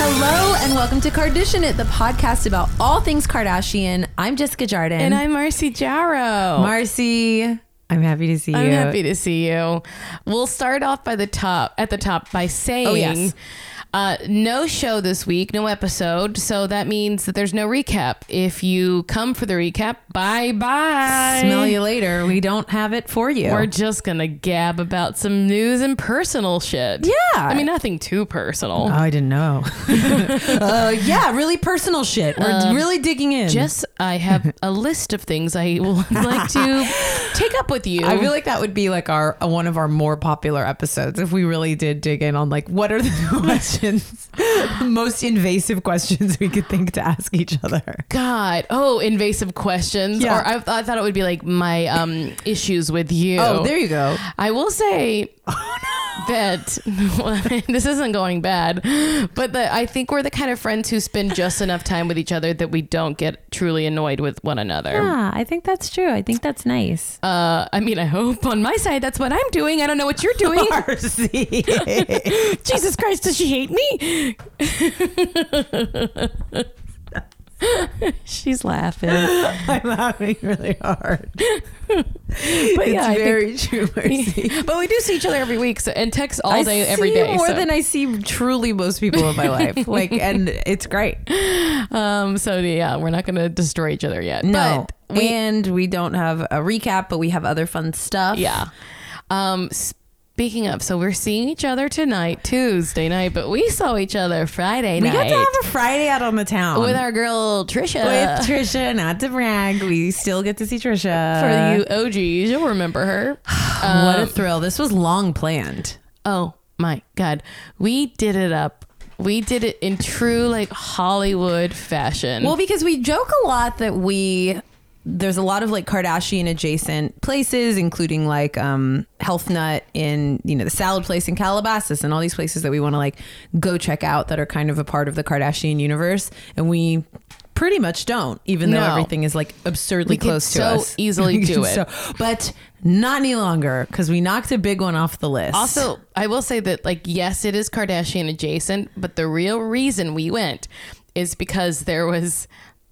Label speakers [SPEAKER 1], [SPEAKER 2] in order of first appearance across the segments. [SPEAKER 1] and welcome to Kardashian It, the podcast about all things Kardashian. I'm Jessica Jardin.
[SPEAKER 2] And I'm Marcy Jarrow.
[SPEAKER 1] Marcy. I'm happy to see
[SPEAKER 2] I'm
[SPEAKER 1] you.
[SPEAKER 2] happy to see you. We'll start off by the top at the top by saying
[SPEAKER 1] Oh, yes.
[SPEAKER 2] uh, no show this week, no episode. So that means that there's no recap. If you come for the recap, bye bye.
[SPEAKER 1] Smell you later. We don't have it for you.
[SPEAKER 2] We're just gonna gab about some news and personal shit.
[SPEAKER 1] Yeah.
[SPEAKER 2] I mean nothing too personal.
[SPEAKER 1] oh, I didn't know. uh, yeah, really personal shit. We're really digging in.
[SPEAKER 2] Jess, I have a list of things I would like to take up with you.
[SPEAKER 3] I feel like that would be like our uh, one of our more popular episodes if we really did dig in on like what are the questions, most invasive questions we could think to ask each other.
[SPEAKER 2] God, oh, invasive questions.
[SPEAKER 3] Yeah.
[SPEAKER 2] Or I, I thought it would be like my um, issues with you.
[SPEAKER 3] Oh, there you go.
[SPEAKER 2] I will say that this isn't going bad, but the, I think we're the kind of friends who spend just enough time with each other that we don't get truly annoyed with one another.
[SPEAKER 1] yeah, I think that's true. I think that's nice.
[SPEAKER 2] Uh, I mean, I hope on my side that's what I'm doing. I don't know what you're doing.
[SPEAKER 3] Marcy.
[SPEAKER 2] Jesus Christ, does she hate me? She's laughing.
[SPEAKER 3] I'm laughing really hard.
[SPEAKER 2] But
[SPEAKER 3] it's
[SPEAKER 2] yeah, I think-
[SPEAKER 3] very true, Marcy.
[SPEAKER 2] but we do see each other every week so, and text all day,
[SPEAKER 3] I
[SPEAKER 2] every
[SPEAKER 3] see
[SPEAKER 2] day.
[SPEAKER 3] more
[SPEAKER 2] so.
[SPEAKER 3] than I see truly most people in my life. Like, and it's great.
[SPEAKER 2] Um, so yeah, we're not gonna destroy each other yet.
[SPEAKER 3] No,
[SPEAKER 2] But we,
[SPEAKER 3] and we don't have a recap, but we have other fun stuff.
[SPEAKER 2] yeah. Um, speaking of, so we're seeing each other tonight, Tuesday night, but we saw each other Friday
[SPEAKER 3] we
[SPEAKER 2] night
[SPEAKER 3] got to have a Friday out on the town
[SPEAKER 2] with uh, our girl Trisha.
[SPEAKER 3] with Trisha. Not to brag, we still get to see
[SPEAKER 2] for
[SPEAKER 3] Trisha.
[SPEAKER 2] you um, OGs, you'll remember her.
[SPEAKER 3] what a thrill! This was long planned.
[SPEAKER 2] Oh my God, we did it up. We did it in true like Hollywood fashion.
[SPEAKER 3] Well, because we joke a lot that we there's a lot of like Kardashian adjacent places, including like um, Health Nut in you know the salad place in Calabasas and all these places that we want to like go check out that are kind of a part of the Kardashian universe, and we pretty much don't, even
[SPEAKER 2] No.
[SPEAKER 3] though everything is like absurdly
[SPEAKER 2] We could
[SPEAKER 3] close to
[SPEAKER 2] so
[SPEAKER 3] us.
[SPEAKER 2] easily
[SPEAKER 3] We
[SPEAKER 2] do
[SPEAKER 3] could
[SPEAKER 2] it.
[SPEAKER 3] but not any longer because we knocked a big one off the list.
[SPEAKER 2] Also, I will say that, like, yes, it is Kardashian adjacent, but the real reason we went is because there was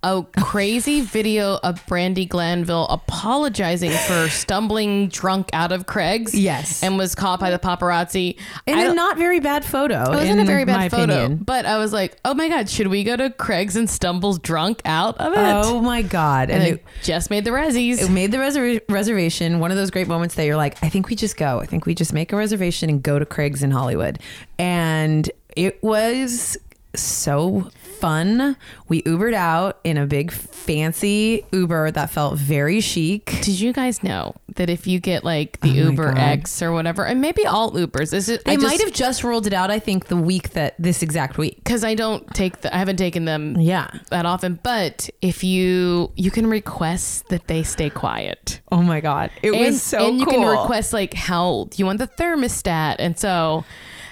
[SPEAKER 2] a crazy video of Brandy Glanville apologizing for stumbling drunk out of Craig's.
[SPEAKER 3] Yes.
[SPEAKER 2] And was caught by the paparazzi.
[SPEAKER 3] in
[SPEAKER 2] I
[SPEAKER 3] a
[SPEAKER 2] don't-
[SPEAKER 3] not very bad photo.
[SPEAKER 2] it wasn't
[SPEAKER 3] in
[SPEAKER 2] a very bad
[SPEAKER 3] my
[SPEAKER 2] photo,
[SPEAKER 3] Opinion.
[SPEAKER 2] but I was like, "Oh my god, should we go to Craig's and stumble drunk out of it?"
[SPEAKER 3] Oh my god!
[SPEAKER 2] and
[SPEAKER 3] And it,
[SPEAKER 2] it just made the resis.
[SPEAKER 3] it made the reser- reservation one of those great moments that you're like i think we just go i think we just make a reservation and go to craig's in hollywood and it was so fun we ubered out in a big fancy uber that felt very chic
[SPEAKER 2] Did you guys know that if you get like the
[SPEAKER 3] Oh my
[SPEAKER 2] Uber
[SPEAKER 3] God.
[SPEAKER 2] X or whatever, and maybe all Ubers, is it?
[SPEAKER 3] they might have just rolled it out i think the week that this exact week
[SPEAKER 2] because I don't take the, I haven't taken them
[SPEAKER 3] yeah
[SPEAKER 2] that often. But if you you can request that they stay quiet,
[SPEAKER 3] oh my god it
[SPEAKER 2] and,
[SPEAKER 3] was so
[SPEAKER 2] and you
[SPEAKER 3] cool
[SPEAKER 2] can request like how old you want the thermostat, and so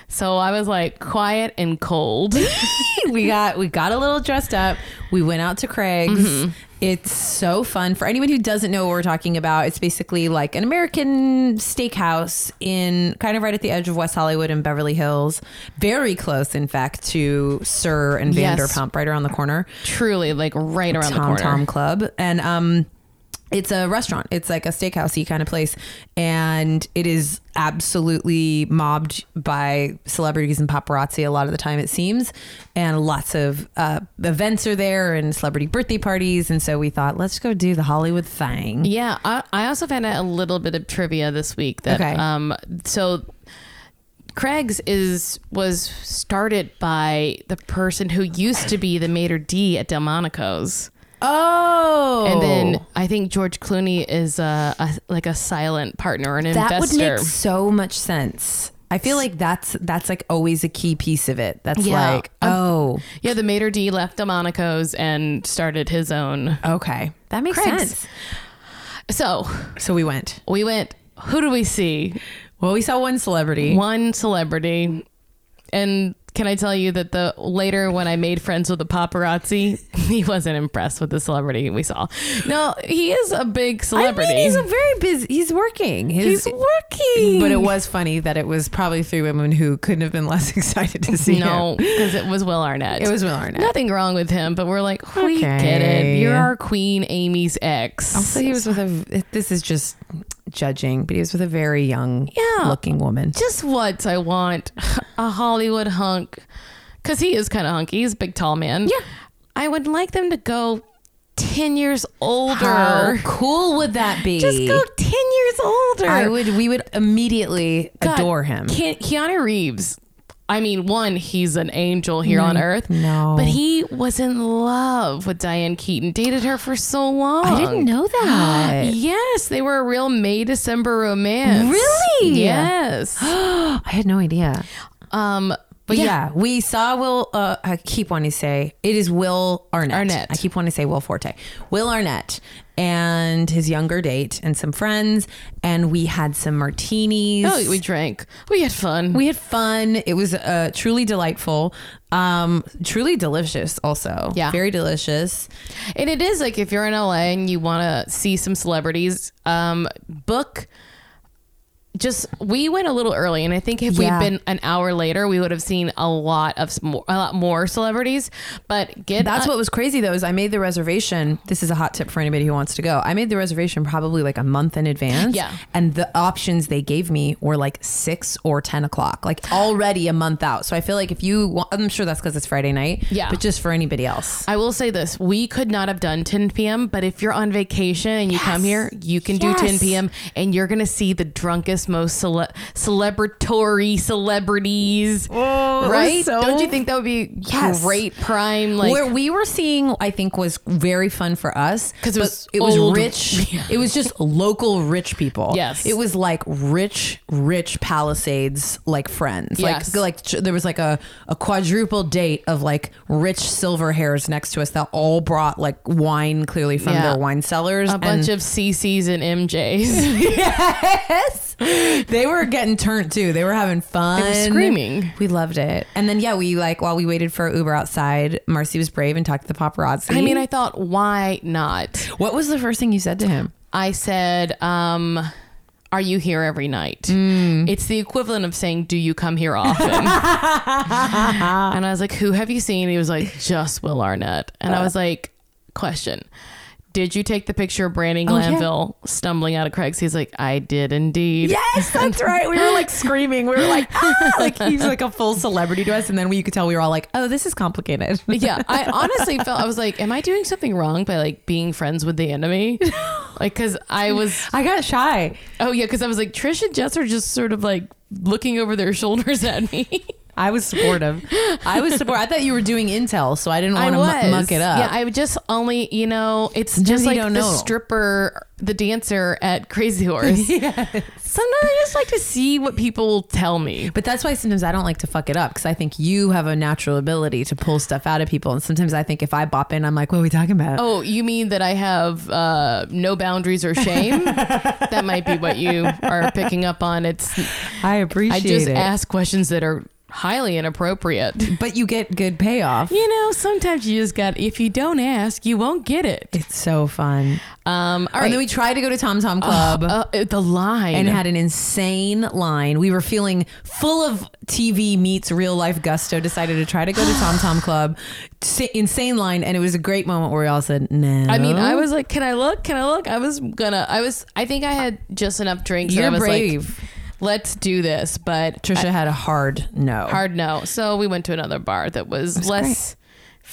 [SPEAKER 2] so I was like quiet and cold.
[SPEAKER 3] we got we got a little dressed up. We went out to Craig's. It's so fun. For anyone who doesn't know what we're talking about, it's basically like an American steakhouse in kind of right at the edge of West Hollywood and Beverly Hills. Very close, in fact, to Sir and
[SPEAKER 2] Yes.
[SPEAKER 3] Vanderpump, right around the corner.
[SPEAKER 2] Truly, like right around the
[SPEAKER 3] Tom
[SPEAKER 2] corner.
[SPEAKER 3] Tom Club. And um it's a restaurant. It's like a steakhousey kind of place. And it is absolutely mobbed by celebrities and paparazzi a lot of the time, it seems. And lots of uh, events are there and celebrity birthday parties. And so we thought, let's go do the Hollywood thing.
[SPEAKER 2] Yeah, I, I also found out a little bit of trivia this week that
[SPEAKER 3] Okay.
[SPEAKER 2] um so Craig's is was started by the person who used to be the maitre d at Delmonico's.
[SPEAKER 3] Oh.
[SPEAKER 2] And then I think George Clooney is a, a like a silent partner, an
[SPEAKER 3] that would
[SPEAKER 2] investor.
[SPEAKER 3] make so much sense. I feel like that's that's like always a key piece of it. That's
[SPEAKER 2] Yeah.
[SPEAKER 3] like, oh,
[SPEAKER 2] yeah, the maitre d left Delmonico's and started his own.
[SPEAKER 3] okay. That makes
[SPEAKER 2] Craig's.
[SPEAKER 3] sense.
[SPEAKER 2] So
[SPEAKER 3] So we went.
[SPEAKER 2] we went. Who do we see?
[SPEAKER 3] Well, we saw one celebrity.
[SPEAKER 2] One celebrity, and Can I tell you that the later when I made friends with the paparazzi, he wasn't impressed with the celebrity we saw. No, he is a big celebrity.
[SPEAKER 3] I mean, he's a very busy. He's working. His-
[SPEAKER 2] He's working.
[SPEAKER 3] But it was funny that it was probably three women who couldn't have been less excited to see
[SPEAKER 2] no,
[SPEAKER 3] him.
[SPEAKER 2] because it was Will Arnett.
[SPEAKER 3] It was Will Arnett.
[SPEAKER 2] Nothing wrong with him, but we're like, we get
[SPEAKER 3] Okay.
[SPEAKER 2] it. You're our queen, Amy's ex.
[SPEAKER 3] Also, he was with a. This is just judging, but he was with a very young
[SPEAKER 2] Yeah.
[SPEAKER 3] looking woman.
[SPEAKER 2] just what I want a Hollywood hunk because he is kind of hunky. He's a big, tall man.
[SPEAKER 3] Yeah.
[SPEAKER 2] I would like them to go 10 years older.
[SPEAKER 3] How cool would that be?
[SPEAKER 2] Just go 10 years older.
[SPEAKER 3] I would. We would immediately
[SPEAKER 2] God,
[SPEAKER 3] adore him.
[SPEAKER 2] Ke- Keanu Reeves. I mean, one, he's an angel here on earth.
[SPEAKER 3] Mm, no.
[SPEAKER 2] But he was in love with Diane Keaton, dated her for so long. Uh,
[SPEAKER 3] I didn't know that.
[SPEAKER 2] Yes, they were a real May December romance.
[SPEAKER 3] Really?
[SPEAKER 2] Yes.
[SPEAKER 3] I had no idea.
[SPEAKER 2] um,
[SPEAKER 3] But
[SPEAKER 2] but
[SPEAKER 3] yeah,
[SPEAKER 2] yeah,
[SPEAKER 3] we saw Will. Uh, I keep wanting to say it is Will Arnett.
[SPEAKER 2] Arnett.
[SPEAKER 3] I keep wanting to say Will Forte. Will Arnett and his younger date and some friends, and we had some martinis.
[SPEAKER 2] Oh, we drank. We had fun.
[SPEAKER 3] we had fun. It was uh, truly delightful, um, truly delicious. Also,
[SPEAKER 2] Yeah.
[SPEAKER 3] very delicious.
[SPEAKER 2] and it is like if you're in LA and you want to see some celebrities, um, book. Just we went a little early, and I think if
[SPEAKER 3] Yeah.
[SPEAKER 2] we'd been an hour later, we would have seen a lot of s- more, a lot more celebrities. But get
[SPEAKER 3] That's
[SPEAKER 2] on-
[SPEAKER 3] what was crazy though is I made the reservation. This is a hot tip for anybody who wants to go. I made the reservation probably like a month in advance.
[SPEAKER 2] Yeah.
[SPEAKER 3] And the options they gave me were like six or ten o'clock, like already a month out. So I feel like if you, want, I'm sure that's because it's Friday night.
[SPEAKER 2] Yeah.
[SPEAKER 3] But just for anybody else,
[SPEAKER 2] I will say this: we could not have done 10 p.m. But if you're on vacation and you come here, you can do 10
[SPEAKER 3] Yes.
[SPEAKER 2] p.m. and you're gonna see the drunkest, most cele- celebratory celebrities,
[SPEAKER 3] Oh, it was
[SPEAKER 2] right?
[SPEAKER 3] so-
[SPEAKER 2] Don't you think that would be
[SPEAKER 3] Yes.
[SPEAKER 2] great prime? Like
[SPEAKER 3] where we were seeing, I think was very fun for us
[SPEAKER 2] 'Cause it
[SPEAKER 3] but
[SPEAKER 2] was
[SPEAKER 3] it was
[SPEAKER 2] old-
[SPEAKER 3] rich. It was just local rich people.
[SPEAKER 2] Yes.
[SPEAKER 3] It was like rich, rich Palisades like friends.
[SPEAKER 2] Yes.
[SPEAKER 3] Like like ch- there was like a, a quadruple date of like rich silver hairs next to us that all brought like wine clearly from
[SPEAKER 2] Yeah.
[SPEAKER 3] their wine cellars.
[SPEAKER 2] a bunch of CCs and MJs.
[SPEAKER 3] yes, they were getting turned too. They were having fun,
[SPEAKER 2] screaming.
[SPEAKER 3] We loved it. And then yeah, we like while we waited for Uber outside, Marcy was brave and talked to the paparazzi.
[SPEAKER 2] I mean, I thought, why not?
[SPEAKER 3] What was the first thing you said to him?
[SPEAKER 2] I said, um, are you here every night? It's the equivalent of saying, do you come here often? and I was like, who have you seen? He was like, just Will Arnett. And I was like, question. Did you take the picture of Brandon
[SPEAKER 3] yeah.
[SPEAKER 2] Glanville stumbling out of Craig's? He's like, I did indeed.
[SPEAKER 3] Yes, that's right. We were like screaming. We were like, ah! like he's like a full celebrity to us. And then we, you could tell we were all like, oh, this is complicated.
[SPEAKER 2] yeah, I honestly felt I was like, am I doing something wrong by like being friends with the enemy? Like, cause I was
[SPEAKER 3] I got shy.
[SPEAKER 2] Oh yeah, because I was like Trish and Jess are just sort of like looking over their shoulders at me.
[SPEAKER 3] I was supportive. I was supportive. I thought you were doing intel, so I didn't want to mu- muck it up.
[SPEAKER 2] Yeah, I would just only you know it's just
[SPEAKER 3] you
[SPEAKER 2] like
[SPEAKER 3] don't
[SPEAKER 2] the
[SPEAKER 3] know.
[SPEAKER 2] stripper, the dancer at Crazy Horse. Sometimes I just like to see what people tell me.
[SPEAKER 3] but that's why sometimes I don't like to fuck it up because I think you have a natural ability to pull stuff out of people. And sometimes I think if I bop in, I'm like, what are we talking about?
[SPEAKER 2] Oh, you mean that I have uh, no boundaries or shame? that might be what you are picking up on. It's
[SPEAKER 3] I appreciate
[SPEAKER 2] I just
[SPEAKER 3] it.
[SPEAKER 2] ask questions that are highly inappropriate.
[SPEAKER 3] but you get good payoff.
[SPEAKER 2] You know, sometimes you just got if you don't ask, you won't get it.
[SPEAKER 3] It's so fun.
[SPEAKER 2] Um, all right.
[SPEAKER 3] And then we tried to go to Tom Tom Club.
[SPEAKER 2] Uh, uh, the line.
[SPEAKER 3] and had an insane line. We were feeling full of TV meets real life gusto. Decided to try to go to Tom Tom Club. S- insane line, and it was a great moment where we all said, "No."
[SPEAKER 2] I mean, I was like, "Can I look? Can I look?" I was gonna. I was. I think I had just enough drinks. that
[SPEAKER 3] You're
[SPEAKER 2] I was
[SPEAKER 3] brave.
[SPEAKER 2] Like, Let's do this, but
[SPEAKER 3] Trisha had a hard no.
[SPEAKER 2] hard no. So we went to another bar that was, less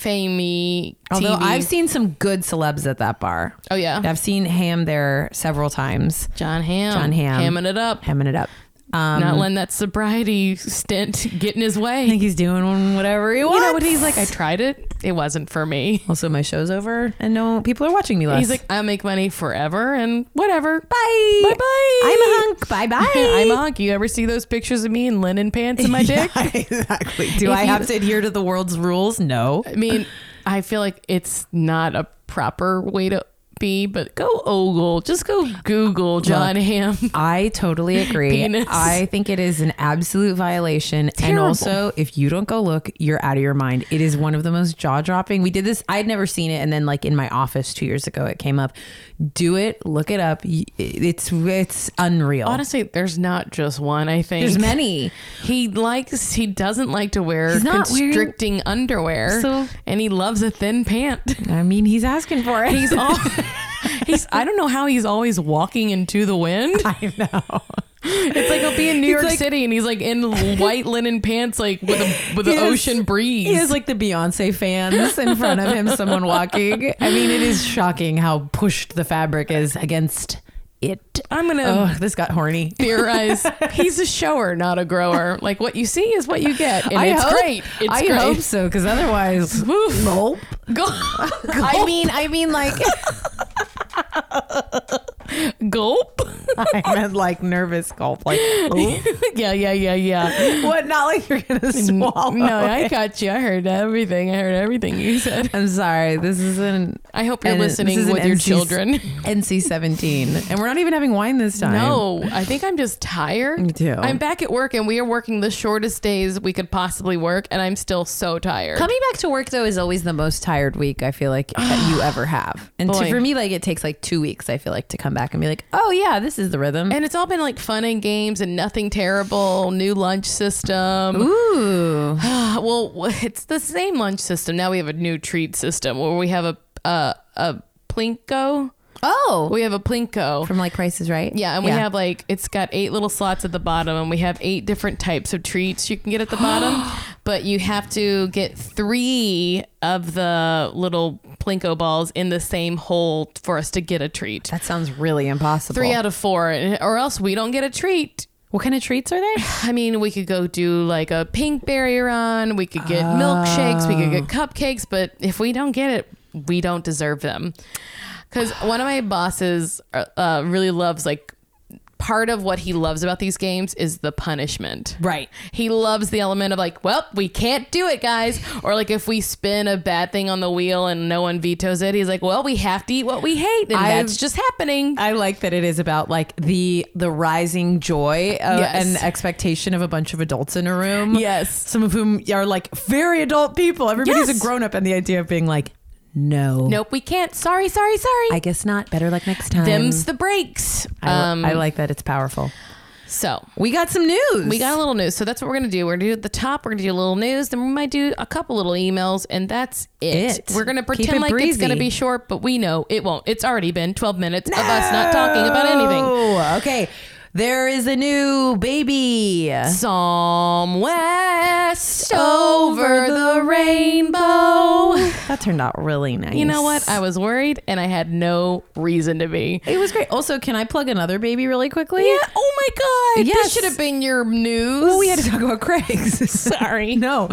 [SPEAKER 2] famey.
[SPEAKER 3] Although
[SPEAKER 2] TV.
[SPEAKER 3] I've seen some good celebs at that bar.
[SPEAKER 2] Oh yeah,
[SPEAKER 3] I've seen Ham there several times,
[SPEAKER 2] John Ham.
[SPEAKER 3] John Hamm.
[SPEAKER 2] hamming it up.
[SPEAKER 3] hamming it up. Um,
[SPEAKER 2] Not letting that sobriety stint get in his
[SPEAKER 3] I
[SPEAKER 2] way.
[SPEAKER 3] think he's doing whatever he wants.
[SPEAKER 2] You know what he's like? I tried it. It wasn't for me.
[SPEAKER 3] also, my show's over, and no people are watching me. Less.
[SPEAKER 2] He's like, I make money forever and whatever.
[SPEAKER 3] "Bye,
[SPEAKER 2] Bye bye.
[SPEAKER 3] I'm a hunk. Bye bye.
[SPEAKER 2] I'm a hunk. You ever see those pictures of me in linen pants and my dick?
[SPEAKER 3] exactly. Do
[SPEAKER 2] If
[SPEAKER 3] I
[SPEAKER 2] you-
[SPEAKER 3] have to adhere to the world's rules? No.
[SPEAKER 2] I mean, I feel like it's not a proper way to be, but go ogle. Just go Google John Ham.
[SPEAKER 3] I totally agree.
[SPEAKER 2] Penis.
[SPEAKER 3] I think it is an absolute violation. And
[SPEAKER 2] Terrible.
[SPEAKER 3] also, if you don't go look, you're out of your mind. It is one of the most jaw dropping. We did this, I'd never seen it. And then, like, in my office two years ago, it came up. Do it, look it up. Y- It's, it's unreal.
[SPEAKER 2] Honestly, there's not just one. I think
[SPEAKER 3] There's many.
[SPEAKER 2] He likes. He doesn't like to wear
[SPEAKER 3] He's not wearing-
[SPEAKER 2] constricting underwear,
[SPEAKER 3] So-
[SPEAKER 2] and he loves a thin pant.
[SPEAKER 3] I mean, he's asking for it.
[SPEAKER 2] He's all. he's. I don't know how he's always walking into the wind.
[SPEAKER 3] I know.
[SPEAKER 2] It's like he'll be in New York
[SPEAKER 3] like-
[SPEAKER 2] City and he's like in white linen pants, like with a with an
[SPEAKER 3] He has-
[SPEAKER 2] ocean breeze.
[SPEAKER 3] He has like the Beyonce fans in front of him, someone walking. I mean, it is shocking how pushed the fabric is against it.
[SPEAKER 2] I'm gonna
[SPEAKER 3] Oh, this got horny.
[SPEAKER 2] theorize. He's a shower, not a grower. Like what you see is what you get, and it's
[SPEAKER 3] hope,
[SPEAKER 2] great. It's
[SPEAKER 3] I
[SPEAKER 2] great.
[SPEAKER 3] hope so, because otherwise, nope.
[SPEAKER 2] Gulp.
[SPEAKER 3] I mean, I mean, like,
[SPEAKER 2] Gulp.
[SPEAKER 3] I meant like nervous gulp, like, oh,
[SPEAKER 2] yeah, yeah, yeah, yeah.
[SPEAKER 3] what? Not like you're gonna swallow.
[SPEAKER 2] No, I
[SPEAKER 3] it.
[SPEAKER 2] got you. I heard everything. I heard everything you said.
[SPEAKER 3] I'm sorry. This isn't.
[SPEAKER 2] I hope you're
[SPEAKER 3] and this
[SPEAKER 2] listening
[SPEAKER 3] is an
[SPEAKER 2] with your
[SPEAKER 3] NC
[SPEAKER 2] children.
[SPEAKER 3] NC-17, and we're not even having wine this time.
[SPEAKER 2] No, I think I'm just tired.
[SPEAKER 3] Me too.
[SPEAKER 2] I'm back at work and we are working the shortest days we could possibly work, and I'm still so tired.
[SPEAKER 3] Coming back to work though is always the most tired week I feel like that you ever have. And to,
[SPEAKER 2] Boy.
[SPEAKER 3] for me, like it takes like two weeks. I feel like to come back and be like, oh yeah, this is the rhythm.
[SPEAKER 2] and it's all been like fun and games and nothing terrible. New lunch system.
[SPEAKER 3] Ooh,
[SPEAKER 2] well, it's the same lunch system. Now we have a new treat system where we have a a, a plinko.
[SPEAKER 3] oh,
[SPEAKER 2] We have a plinko.
[SPEAKER 3] from like prices right?
[SPEAKER 2] Yeah, and we have like it's got eight little slots at the bottom, and we have eight different types of treats you can get at the bottom, but you have to get three of the little plinko balls in the same hole for us to get a treat.
[SPEAKER 3] that sounds really impossible.
[SPEAKER 2] Three out of four, and- or else we don't get a treat.
[SPEAKER 3] what kind of treats are they?
[SPEAKER 2] I mean, we could go do like a pink berry run. We could get milkshakes. We could get cupcakes. But if we don't get it, we don't deserve them. Because one of my bosses uh, uh, really loves like part of what he loves about these games is the punishment.
[SPEAKER 3] Right.
[SPEAKER 2] He loves the element of like, well, we can't do it, guys. Or like if we spin a bad thing on the wheel and no one vetoes it, he's like, well, we have to eat what we hate, and
[SPEAKER 3] I've-
[SPEAKER 2] that's just happening.
[SPEAKER 3] I like that it is about like the the rising joy of,
[SPEAKER 2] Yes.
[SPEAKER 3] and expectation of a bunch of adults in a room.
[SPEAKER 2] Yes.
[SPEAKER 3] some of whom are like very adult people. Everybody's
[SPEAKER 2] Yes.
[SPEAKER 3] a grown up, and the idea of being like, no,
[SPEAKER 2] nope, we can't. Sorry, sorry, sorry.
[SPEAKER 3] I guess not. Better luck next time.
[SPEAKER 2] Them's the breaks. Um,
[SPEAKER 3] I, li- I like that it's powerful.
[SPEAKER 2] So
[SPEAKER 3] Um, We got some news.
[SPEAKER 2] we got a little news. So that's what we're gonna do. We're gonna do the top. We're gonna do a little news. Then we might do a couple little emails, and that's it.
[SPEAKER 3] It.
[SPEAKER 2] We're gonna
[SPEAKER 3] Keep
[SPEAKER 2] pretend
[SPEAKER 3] it
[SPEAKER 2] like it's
[SPEAKER 3] breezy.
[SPEAKER 2] gonna be short, but we know it won't. It's already been 12 minutes of us not talking about anything.
[SPEAKER 3] Oh, okay. There is a new baby.
[SPEAKER 2] Psalm West over the rainbow.
[SPEAKER 3] That turned out really nice.
[SPEAKER 2] You know what? I was worried, and I had no reason to be.
[SPEAKER 3] It was great. Also, can I plug another baby really quickly?
[SPEAKER 2] Yeah. Oh my God.
[SPEAKER 3] Yes.
[SPEAKER 2] This should have been your news.
[SPEAKER 3] Well, we had to talk about Craig's. Sorry. no.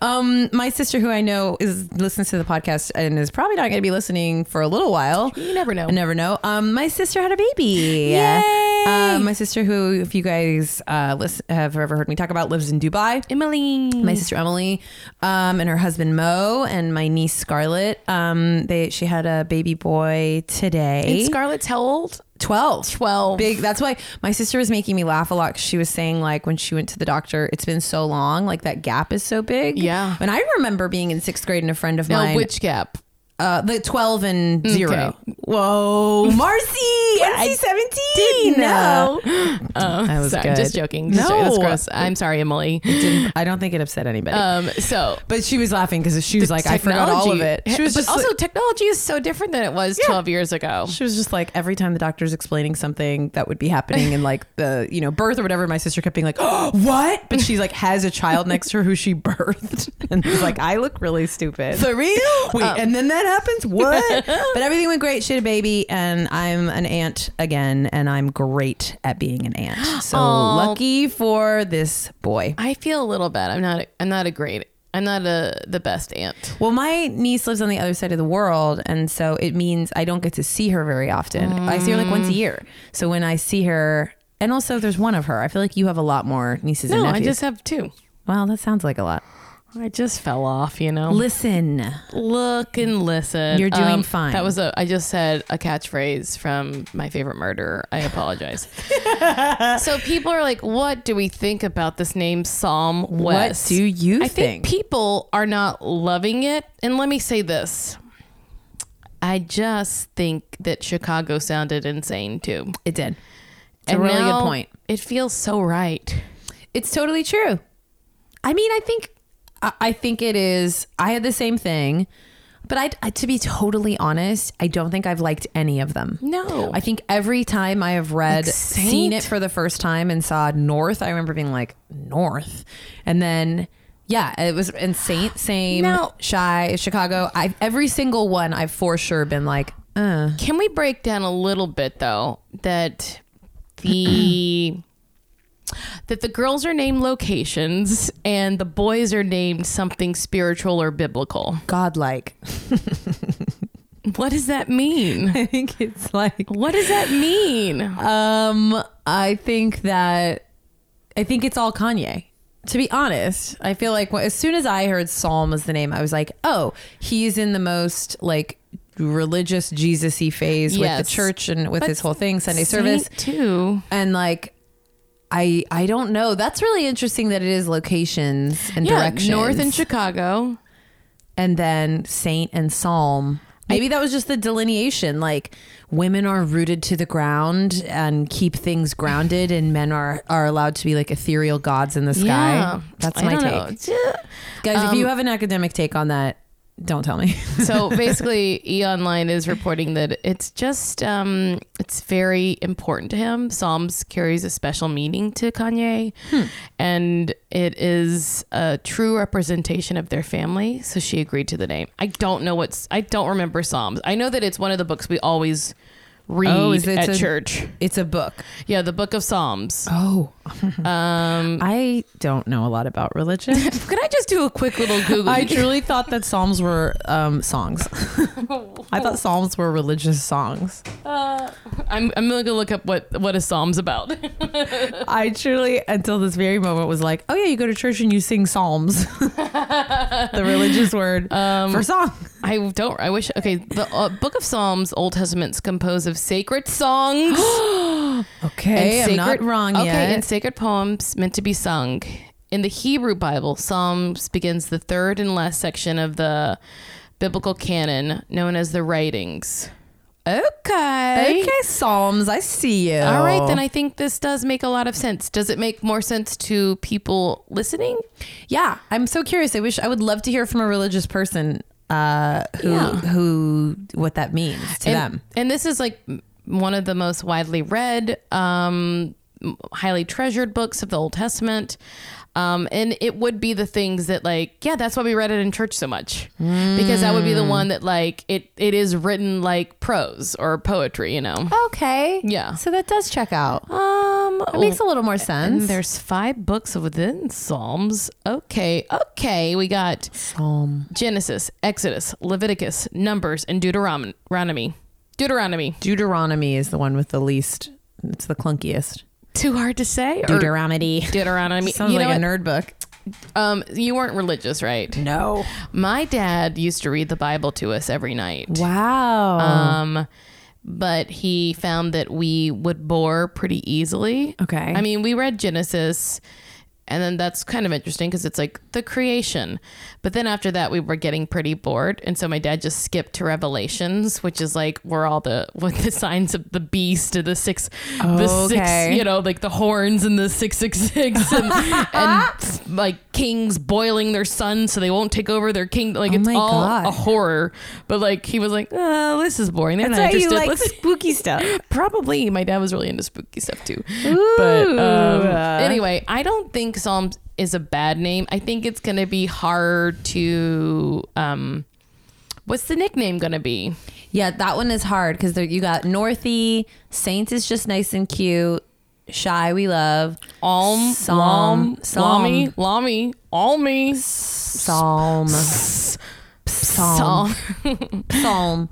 [SPEAKER 3] Um, my sister, who I know is listens to the podcast and is probably not going to be listening for a little while.
[SPEAKER 2] You never know.
[SPEAKER 3] I never know. Um, my sister had a baby.
[SPEAKER 2] Yay!
[SPEAKER 3] Uh, my sister, who, if you guys uh, listen, have ever heard me talk about, lives in Dubai.
[SPEAKER 2] Emily.
[SPEAKER 3] my sister Emily um, and her husband Mo and my niece Scarlett. Um, they she had a baby boy
[SPEAKER 2] and
[SPEAKER 3] today.
[SPEAKER 2] Scarlett's how old?
[SPEAKER 3] 12.
[SPEAKER 2] 12.
[SPEAKER 3] Big. That's why my sister was making me laugh a lot. 'cause She was saying like when she went to the doctor, it's been so long. Like that gap is so big.
[SPEAKER 2] Yeah.
[SPEAKER 3] And I remember being in sixth grade and a friend of
[SPEAKER 2] Now,
[SPEAKER 3] mine,
[SPEAKER 2] which gap?
[SPEAKER 3] uh, the 12 and zero. Whoa, Marcy, Marcy 17.
[SPEAKER 2] know.
[SPEAKER 3] I was
[SPEAKER 2] Oh, Sorry,
[SPEAKER 3] good.
[SPEAKER 2] just joking. Just
[SPEAKER 3] No.
[SPEAKER 2] joking. That's gross. I'm sorry, Emily.
[SPEAKER 3] Didn't- I don't think it upset anybody.
[SPEAKER 2] Um, so
[SPEAKER 3] but she was laughing because she was like, I forgot all of it. She was
[SPEAKER 2] but
[SPEAKER 3] just
[SPEAKER 2] also technology is so different than it was 12 years ago.
[SPEAKER 3] She was just like every time the doctor's explaining something that would be happening in like the you know birth or whatever, my sister kept being like, oh, "What?" But she like has a child next to her who she birthed, and was like, "I look really stupid."
[SPEAKER 1] For real?
[SPEAKER 3] Wait, and then that happens. What? but everything went great. She had a baby, and I'm an aunt again, and I'm great at being an aunt. So
[SPEAKER 2] Aw.
[SPEAKER 3] lucky for this boy.
[SPEAKER 2] I feel a little bad. I'm not. I'm not a great. I'm not a the best aunt.
[SPEAKER 3] Well, my niece lives on the other side of the world, and so it means I don't get to see her very often. I see her like
[SPEAKER 2] Mm.
[SPEAKER 3] once a year. So when I see her, and also there's one of her. I feel like you have a lot more nieces and
[SPEAKER 2] No, I
[SPEAKER 3] nephews.
[SPEAKER 2] just have two.
[SPEAKER 3] well, that sounds like a lot.
[SPEAKER 2] I just fell off, you know.
[SPEAKER 3] Listen.
[SPEAKER 2] Look and listen. Um,
[SPEAKER 3] You're doing fine.
[SPEAKER 2] That was a. I just said a catchphrase from my favorite murderer. I apologize. so people are like, "What do we think about this name, Psalm West?"
[SPEAKER 3] What do you
[SPEAKER 2] I
[SPEAKER 3] think?
[SPEAKER 2] think people are not loving it. And let me say this: I just think that Chicago sounded insane too.
[SPEAKER 3] It did. It's a
[SPEAKER 2] And
[SPEAKER 3] really
[SPEAKER 2] now
[SPEAKER 3] good point.
[SPEAKER 2] It feels so right.
[SPEAKER 3] It's totally true. I mean, I think, I, I think it is. I had the same thing, but I, I, to be totally honest, I don't think I've liked any of them.
[SPEAKER 2] No.
[SPEAKER 3] I think every time I have read,
[SPEAKER 2] Like Saint?
[SPEAKER 3] seen it for the first time and saw North, I remember being like North, and then. Yeah, it was and Saint, same,
[SPEAKER 2] Now-
[SPEAKER 3] shy, Chicago. I every single one I've for sure been like, uh,
[SPEAKER 2] Can we break down a little bit though that the that the girls are named locations and the boys are named something spiritual or biblical.
[SPEAKER 3] godlike.
[SPEAKER 2] What does that mean?
[SPEAKER 3] I think it's like
[SPEAKER 2] What does that mean?
[SPEAKER 3] Um, I think that I think it's all Kanye. To be honest, I feel like when, as soon as I heard Psalm was the name, I was like, oh, he's in the most like religious Jesus-y phase with
[SPEAKER 2] Yes.
[SPEAKER 3] the church and with
[SPEAKER 2] But
[SPEAKER 3] his whole thing, Sunday service,
[SPEAKER 2] Saint, too.
[SPEAKER 3] and like. I, I don't know. That's really interesting that it is locations and
[SPEAKER 2] Yeah,
[SPEAKER 3] directions.
[SPEAKER 2] North and Chicago.
[SPEAKER 3] and then Saint and Psalm. Maybe that was just the delineation. Like women are rooted to the ground and keep things grounded, and men are are allowed to be like ethereal gods in the sky.
[SPEAKER 2] Yeah,
[SPEAKER 3] That's
[SPEAKER 2] I
[SPEAKER 3] my
[SPEAKER 2] don't
[SPEAKER 3] take,
[SPEAKER 2] know. Ju-
[SPEAKER 3] guys. if you have an academic take on that, don't tell me.
[SPEAKER 2] so basically e online is reporting that it's just um it's very important to him psalms carries a special meaning to kanye
[SPEAKER 3] Hmm.
[SPEAKER 2] and it is a true representation of their family so she agreed to the name i don't know what's i don't remember psalms i know that it's one of the books we always read
[SPEAKER 3] Oh, is it
[SPEAKER 2] at
[SPEAKER 3] a-
[SPEAKER 2] church
[SPEAKER 3] it's a book.
[SPEAKER 2] yeah the book of psalms
[SPEAKER 3] Oh,
[SPEAKER 2] um
[SPEAKER 3] I don't know a lot about religion.
[SPEAKER 2] could i just do a quick little google
[SPEAKER 3] I truly thought that psalms were um, songs. I thought psalms were religious songs.
[SPEAKER 2] uh, I'm, I'm gonna look up what what a psalm's about
[SPEAKER 3] I truly, until this very moment, was like, oh yeah, you go to church and you sing psalms, the religious word for song.
[SPEAKER 2] I don't. I wish. Okay, the uh, Book of Psalms, Old Testament's composed of sacred songs.
[SPEAKER 3] Okay,
[SPEAKER 2] sacred,
[SPEAKER 3] I'm not wrong
[SPEAKER 2] okay,
[SPEAKER 3] yet.
[SPEAKER 2] and sacred poems meant to be sung. In the Hebrew Bible, Psalms begins the third and last section of the biblical canon, known as the writings.
[SPEAKER 3] okay, okay, psalms, I see you.
[SPEAKER 2] All right, then I think this does make a lot of sense. Does it make more sense to people listening?
[SPEAKER 3] yeah, I'm so curious. I wish I would love to hear from a religious person uh, who
[SPEAKER 2] Yeah.
[SPEAKER 3] who what that means to
[SPEAKER 2] and,
[SPEAKER 3] them.
[SPEAKER 2] and this is like m- one of the most widely read, um, m- highly treasured books of the Old Testament. Um, and it would be the things that like, yeah, that's why we read it in church so much because that would be the one that like it, it is written like prose or poetry, you know?
[SPEAKER 3] Okay,
[SPEAKER 2] Yeah.
[SPEAKER 3] so that does check out.
[SPEAKER 2] Um,
[SPEAKER 3] That makes a little more
[SPEAKER 2] and
[SPEAKER 3] sense.
[SPEAKER 2] there's five books within Psalms. Okay. Okay. We got
[SPEAKER 3] Psalm,
[SPEAKER 2] Genesis, Exodus, Leviticus, Numbers, and Deuteronomy. Deuteronomy.
[SPEAKER 3] Deuteronomy is the one with the least. It's the clunkiest.
[SPEAKER 2] Too hard to say.
[SPEAKER 3] Er,
[SPEAKER 2] or-
[SPEAKER 3] Deuteronomy
[SPEAKER 2] Deuteronomy.
[SPEAKER 3] sounds
[SPEAKER 2] you
[SPEAKER 3] like
[SPEAKER 2] know
[SPEAKER 3] a
[SPEAKER 2] what?
[SPEAKER 3] nerd book.
[SPEAKER 2] Um, you weren't religious, right?
[SPEAKER 3] No.
[SPEAKER 2] My dad used to read the Bible to us every night.
[SPEAKER 3] Wow.
[SPEAKER 2] Um, but he found that we would bore pretty easily.
[SPEAKER 3] Okay.
[SPEAKER 2] I mean, we read Genesis, and then that's kind of interesting because it's like the creation. But then after that, we were getting pretty bored, and so my dad just skipped to Revelations, which is like where all the what the signs of the beast and the six, the
[SPEAKER 3] Okay.
[SPEAKER 2] six, you know, like the horns and the six six six, and, and like kings boiling their sons so they won't take over their kingdom. Like
[SPEAKER 3] Oh
[SPEAKER 2] it's
[SPEAKER 3] my
[SPEAKER 2] all a
[SPEAKER 3] God.
[SPEAKER 2] horror. But like he was like, oh, this is boring. They're
[SPEAKER 3] That's
[SPEAKER 2] not
[SPEAKER 3] why you
[SPEAKER 2] interested.
[SPEAKER 3] like
[SPEAKER 2] Let's-
[SPEAKER 3] spooky stuff.
[SPEAKER 2] Probably. My dad was really into spooky stuff too. But um, anyway, I don't think Psalms is a bad name. I think it's going to be hard to. Um, what's the nickname going to be?
[SPEAKER 3] Yeah, that one is hard because you got Northy, Saint is just nice and cute, Shy we love,
[SPEAKER 2] Alm,
[SPEAKER 3] Psalm-
[SPEAKER 2] Lom, Lami, Lami, Almi,
[SPEAKER 3] Psalm, Psalm,
[SPEAKER 2] Psalm,
[SPEAKER 3] Psalm.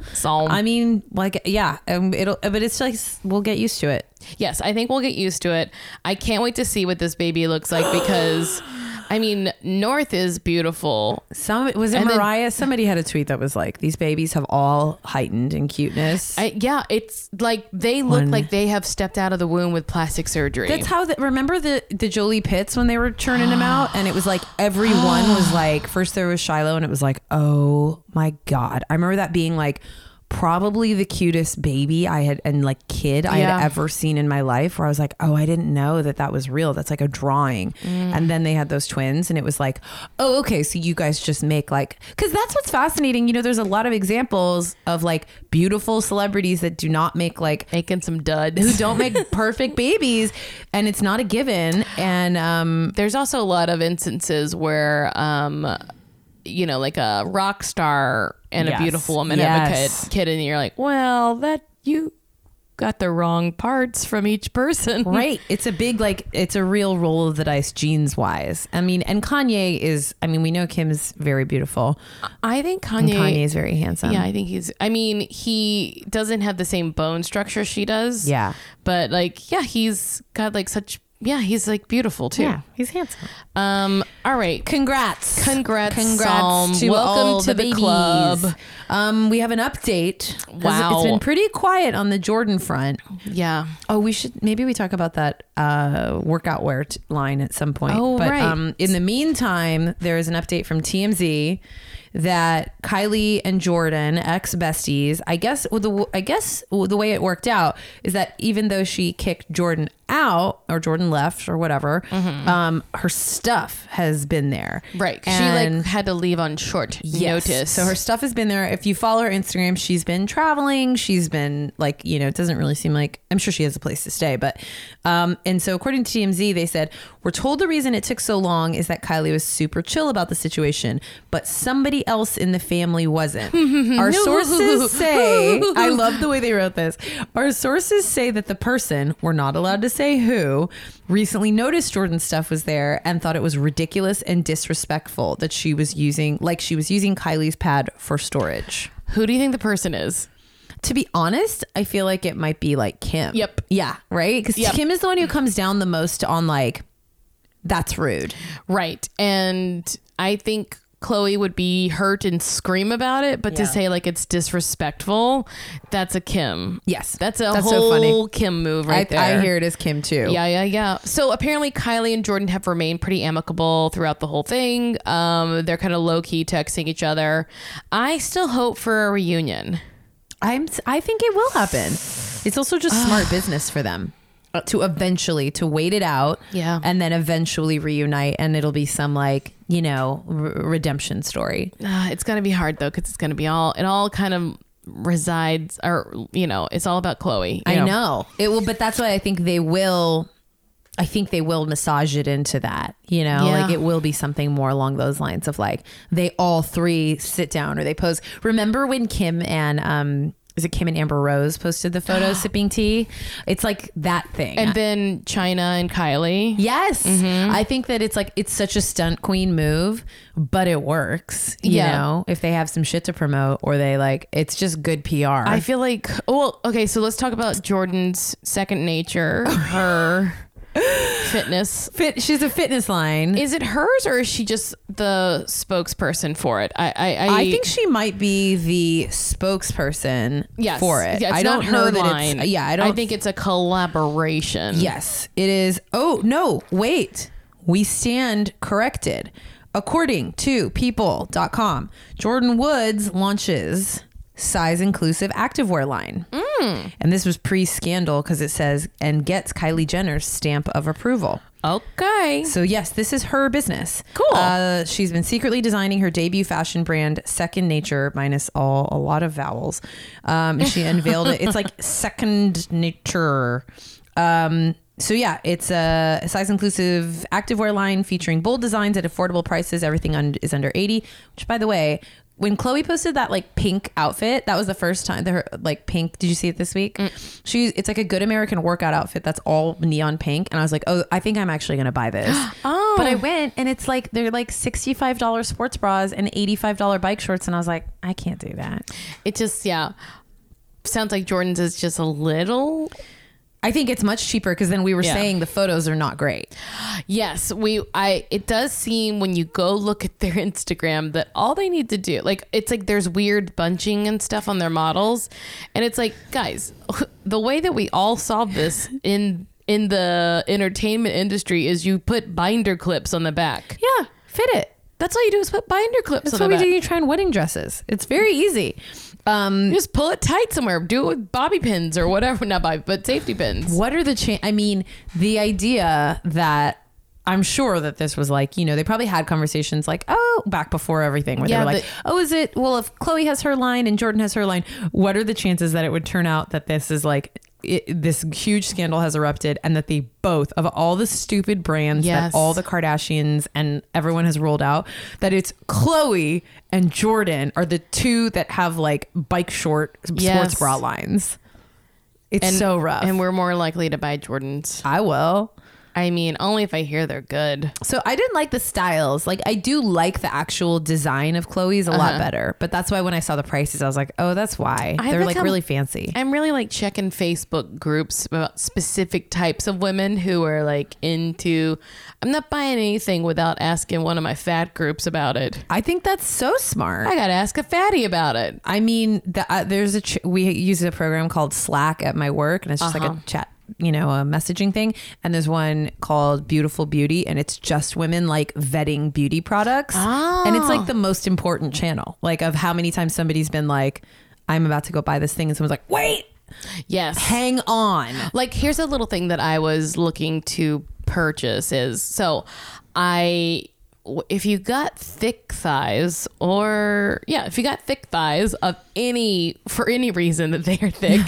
[SPEAKER 2] Psalm.
[SPEAKER 3] I mean, like, yeah, um, it'll, but it's like s- we'll get used to it.
[SPEAKER 2] Yes, I think we'll get used to it. I can't wait to see what this baby looks like because I mean, North is beautiful.
[SPEAKER 3] Some was it
[SPEAKER 2] And then-
[SPEAKER 3] Mariah? Somebody had a tweet that was like, "These babies have all heightened in cuteness."
[SPEAKER 2] I, yeah, it's like they look
[SPEAKER 3] One-
[SPEAKER 2] like they have stepped out of the womb with plastic surgery.
[SPEAKER 3] That's how. The, remember the the Jolie Pitts when they were churning them out, and it was like everyone was like. First there was Shiloh, and it was like, oh my god! I remember that being like probably the cutest baby I had and like kid I
[SPEAKER 2] Yeah.
[SPEAKER 3] had ever seen in my life. Where I was like, oh, I didn't know that that was real. That's like a drawing. And then they had those twins, and it was like, oh, okay, so you guys just make like because that's what's fascinating. You know, there's a lot of examples of like beautiful celebrities that do not make like
[SPEAKER 2] making some dud.
[SPEAKER 3] who don't make perfect babies and it's not a given and um
[SPEAKER 2] There's also a lot of instances where, um, you know, like a rock star and
[SPEAKER 3] Yes.
[SPEAKER 2] a beautiful woman
[SPEAKER 3] Yes.
[SPEAKER 2] have a kid, kid, and you're like, well, that you got the wrong parts from each person.
[SPEAKER 3] right it's a big like it's a real roll of the dice genes wise i mean and kanye is i mean we know kim's very beautiful
[SPEAKER 2] I think
[SPEAKER 3] and
[SPEAKER 2] Kanye.
[SPEAKER 3] kanye is very handsome
[SPEAKER 2] yeah, I think he's. I mean, he doesn't have the same bone structure she does.
[SPEAKER 3] Yeah.
[SPEAKER 2] but like, yeah, he's got like such. Yeah, he's like beautiful too.
[SPEAKER 3] yeah he's handsome
[SPEAKER 2] Um. All right.
[SPEAKER 3] congrats
[SPEAKER 2] Congrats,
[SPEAKER 3] Congrats
[SPEAKER 2] Psalm.
[SPEAKER 3] to
[SPEAKER 2] Welcome
[SPEAKER 3] all
[SPEAKER 2] to the
[SPEAKER 3] babies.
[SPEAKER 2] club.
[SPEAKER 3] Um, we have an update.
[SPEAKER 2] Wow.
[SPEAKER 3] it's been pretty quiet on the Jordan front.
[SPEAKER 2] Yeah.
[SPEAKER 3] Oh, we should maybe we talk about that uh, workout wear t- line at some point.
[SPEAKER 2] Oh,
[SPEAKER 3] but
[SPEAKER 2] right.
[SPEAKER 3] um, in the meantime, there is an update from TMZ that Kylie and Jordan, ex besties, I guess well, the I guess well, the way it worked out is that even though she kicked Jordan out or Jordan left or whatever, um, her stuff has been there.
[SPEAKER 2] Mm-hmm. Right. she
[SPEAKER 3] And-
[SPEAKER 2] like had to leave on short
[SPEAKER 3] Yes.
[SPEAKER 2] notice.
[SPEAKER 3] So her stuff has been there. If you follow her Instagram, she's been traveling. She's been like, you know, it doesn't really seem like I'm sure she has a place to stay, but um and so according to TMZ, they said, "We're told the reason it took so long is that Kylie was super chill about the situation, but somebody else in the family wasn't." Our sources say, I love the way they wrote this. Our sources say that the person, we're not allowed to say who, recently noticed Jordan's stuff was there and thought it was ridiculous and disrespectful that she was using, like she was using Kylie's pad for storage.
[SPEAKER 2] Who do you think the person is?
[SPEAKER 3] To be honest, I feel like it might be like Kim.
[SPEAKER 2] Yep.
[SPEAKER 3] Yeah. Right. Because
[SPEAKER 2] Yep.
[SPEAKER 3] Kim is the one who comes down the most on like, that's rude.
[SPEAKER 2] Right. And I think Chloe would be hurt and scream about it, but to
[SPEAKER 3] Yeah.
[SPEAKER 2] say like it's disrespectful, that's a Kim.
[SPEAKER 3] Yes.
[SPEAKER 2] That's a
[SPEAKER 3] That's so
[SPEAKER 2] whole
[SPEAKER 3] funny.
[SPEAKER 2] Kim move
[SPEAKER 3] I,
[SPEAKER 2] right there.
[SPEAKER 3] I hear it as Kim too.
[SPEAKER 2] Yeah, yeah, yeah. So apparently, Kylie and Jordan have remained pretty amicable throughout the whole thing. Um, they're kind of low key texting each other. I still hope for a reunion.
[SPEAKER 3] I'm. I think it will happen. It's also just smart business for them to eventually to wait it out,
[SPEAKER 2] Uh, Yeah.
[SPEAKER 3] and then eventually reunite, and it'll be some like you know r- redemption story.
[SPEAKER 2] Uh, it's gonna be hard though, because it's gonna be all it all kind of resides, or you know, it's all about Chloe. you
[SPEAKER 3] I know it will, but that's why I think they will. I think they will massage it into that, you know,
[SPEAKER 2] Yeah.
[SPEAKER 3] like it will be something more along those lines of like they all three sit down or they pose. Remember when Kim and um is it Kim and Amber Rose posted the photo sipping tea? It's like that thing.
[SPEAKER 2] And then China and Kylie.
[SPEAKER 3] Yes. I think that it's like it's such a stunt queen move, but it works. You
[SPEAKER 2] Yeah.
[SPEAKER 3] know, if they have some shit to promote or they like it's just good PR.
[SPEAKER 2] I feel like oh, well, okay, so let's talk about Jordan's second nature, her fitness.
[SPEAKER 3] fit she's a fitness line.
[SPEAKER 2] Is it hers or is she just the spokesperson for it? I I, I,
[SPEAKER 3] I think she might be the spokesperson
[SPEAKER 2] yes.
[SPEAKER 3] for it.
[SPEAKER 2] Yeah, it's
[SPEAKER 3] I
[SPEAKER 2] not
[SPEAKER 3] don't
[SPEAKER 2] her
[SPEAKER 3] know
[SPEAKER 2] line.
[SPEAKER 3] that it's yeah, I don't
[SPEAKER 2] I think it's a collaboration.
[SPEAKER 3] Yes, it is. Oh, no, wait. We stand corrected. According to people.com, Jordan Woods launches size inclusive activewear line. And this was pre scandal because it says, and gets Kylie Jenner's stamp of approval.
[SPEAKER 2] Okay.
[SPEAKER 3] So yes, this is her business.
[SPEAKER 2] Cool.
[SPEAKER 3] Uh, she's been secretly designing her debut fashion brand, Second Nature, minus all a lot of vowels. Um, and she unveiled it. It's like Second Nature. Um, so yeah, it's a size inclusive activewear line featuring bold designs at affordable prices. Everything un- is under eighty. Which, by the way. When Chloe posted that like pink outfit, that was the first time that her like pink. Did you see it this week?
[SPEAKER 2] Mm.
[SPEAKER 3] She it's like a good American workout outfit that's all neon pink, and I was like, oh, I think I'm actually gonna buy this.
[SPEAKER 2] Oh.
[SPEAKER 3] But I went and it's like they're like $65 sports bras and $85 bike shorts and I was like, I can't do that.
[SPEAKER 2] It just yeah. Sounds like Jordan's is just a little
[SPEAKER 3] I think it's much cheaper because then we were
[SPEAKER 2] Yeah.
[SPEAKER 3] saying the photos are not great.
[SPEAKER 2] Yes, we I it does seem when you go look at their Instagram that all they need to do like it's like there's weird bunching and stuff on their models and it's like guys, the way that we all solve this in in the entertainment industry is you put binder clips on the back.
[SPEAKER 3] Yeah, fit it.
[SPEAKER 2] That's all you do is put binder clips
[SPEAKER 3] That's
[SPEAKER 2] on
[SPEAKER 3] what
[SPEAKER 2] the
[SPEAKER 3] we
[SPEAKER 2] back.
[SPEAKER 3] do. You try on wedding dresses. It's very easy. Um,
[SPEAKER 2] You Just pull it tight somewhere. Do it with bobby pins or whatever, not bobby, but safety pins.
[SPEAKER 3] What are the cha- I mean, the idea that I'm sure that this was like, you know, they probably had conversations like, oh, back before everything, where
[SPEAKER 2] Yeah,
[SPEAKER 3] they were like,
[SPEAKER 2] the-
[SPEAKER 3] oh, is it? Well, if Chloe has her line and Jordan has her line, what are the chances that it would turn out that this is like it, this huge scandal has erupted and that they both of all the stupid brands
[SPEAKER 2] Yes.
[SPEAKER 3] that all the Kardashians and everyone has rolled out that it's Chloe and Jordan are the two that have like bike short
[SPEAKER 2] Yes.
[SPEAKER 3] sports bra lines. It's
[SPEAKER 2] And-
[SPEAKER 3] so rough.
[SPEAKER 2] And we're more likely to buy Jordans.
[SPEAKER 3] I will.
[SPEAKER 2] I mean, only if I hear they're good.
[SPEAKER 3] So I didn't like the styles. Like I do like the actual design of Chloe's a lot better, but that's why when I saw the prices, I was like, oh, that's why
[SPEAKER 2] I
[SPEAKER 3] they're
[SPEAKER 2] think
[SPEAKER 3] like
[SPEAKER 2] I'm-
[SPEAKER 3] really fancy.
[SPEAKER 2] I'm really like checking Facebook groups about specific types of women who are like into. I'm not buying anything without asking one of my fat groups about it.
[SPEAKER 3] I think that's so smart.
[SPEAKER 2] I gotta ask a fatty about it.
[SPEAKER 3] I mean, the, uh, there's a ch- we use a program called Slack at my work, and it's just like a chat, you know, a messaging thing. And there's one called Beautiful Beauty, and it's just women like vetting beauty products, and it's like the most important channel, like of how many times somebody's been like, I'm about to go buy this thing, and someone's like, wait,
[SPEAKER 2] Yes.
[SPEAKER 3] hang on.
[SPEAKER 2] like here's a little thing that i was looking to purchase is so i w- if you got thick thighs or yeah if you got thick thighs of any for any reason that they are thick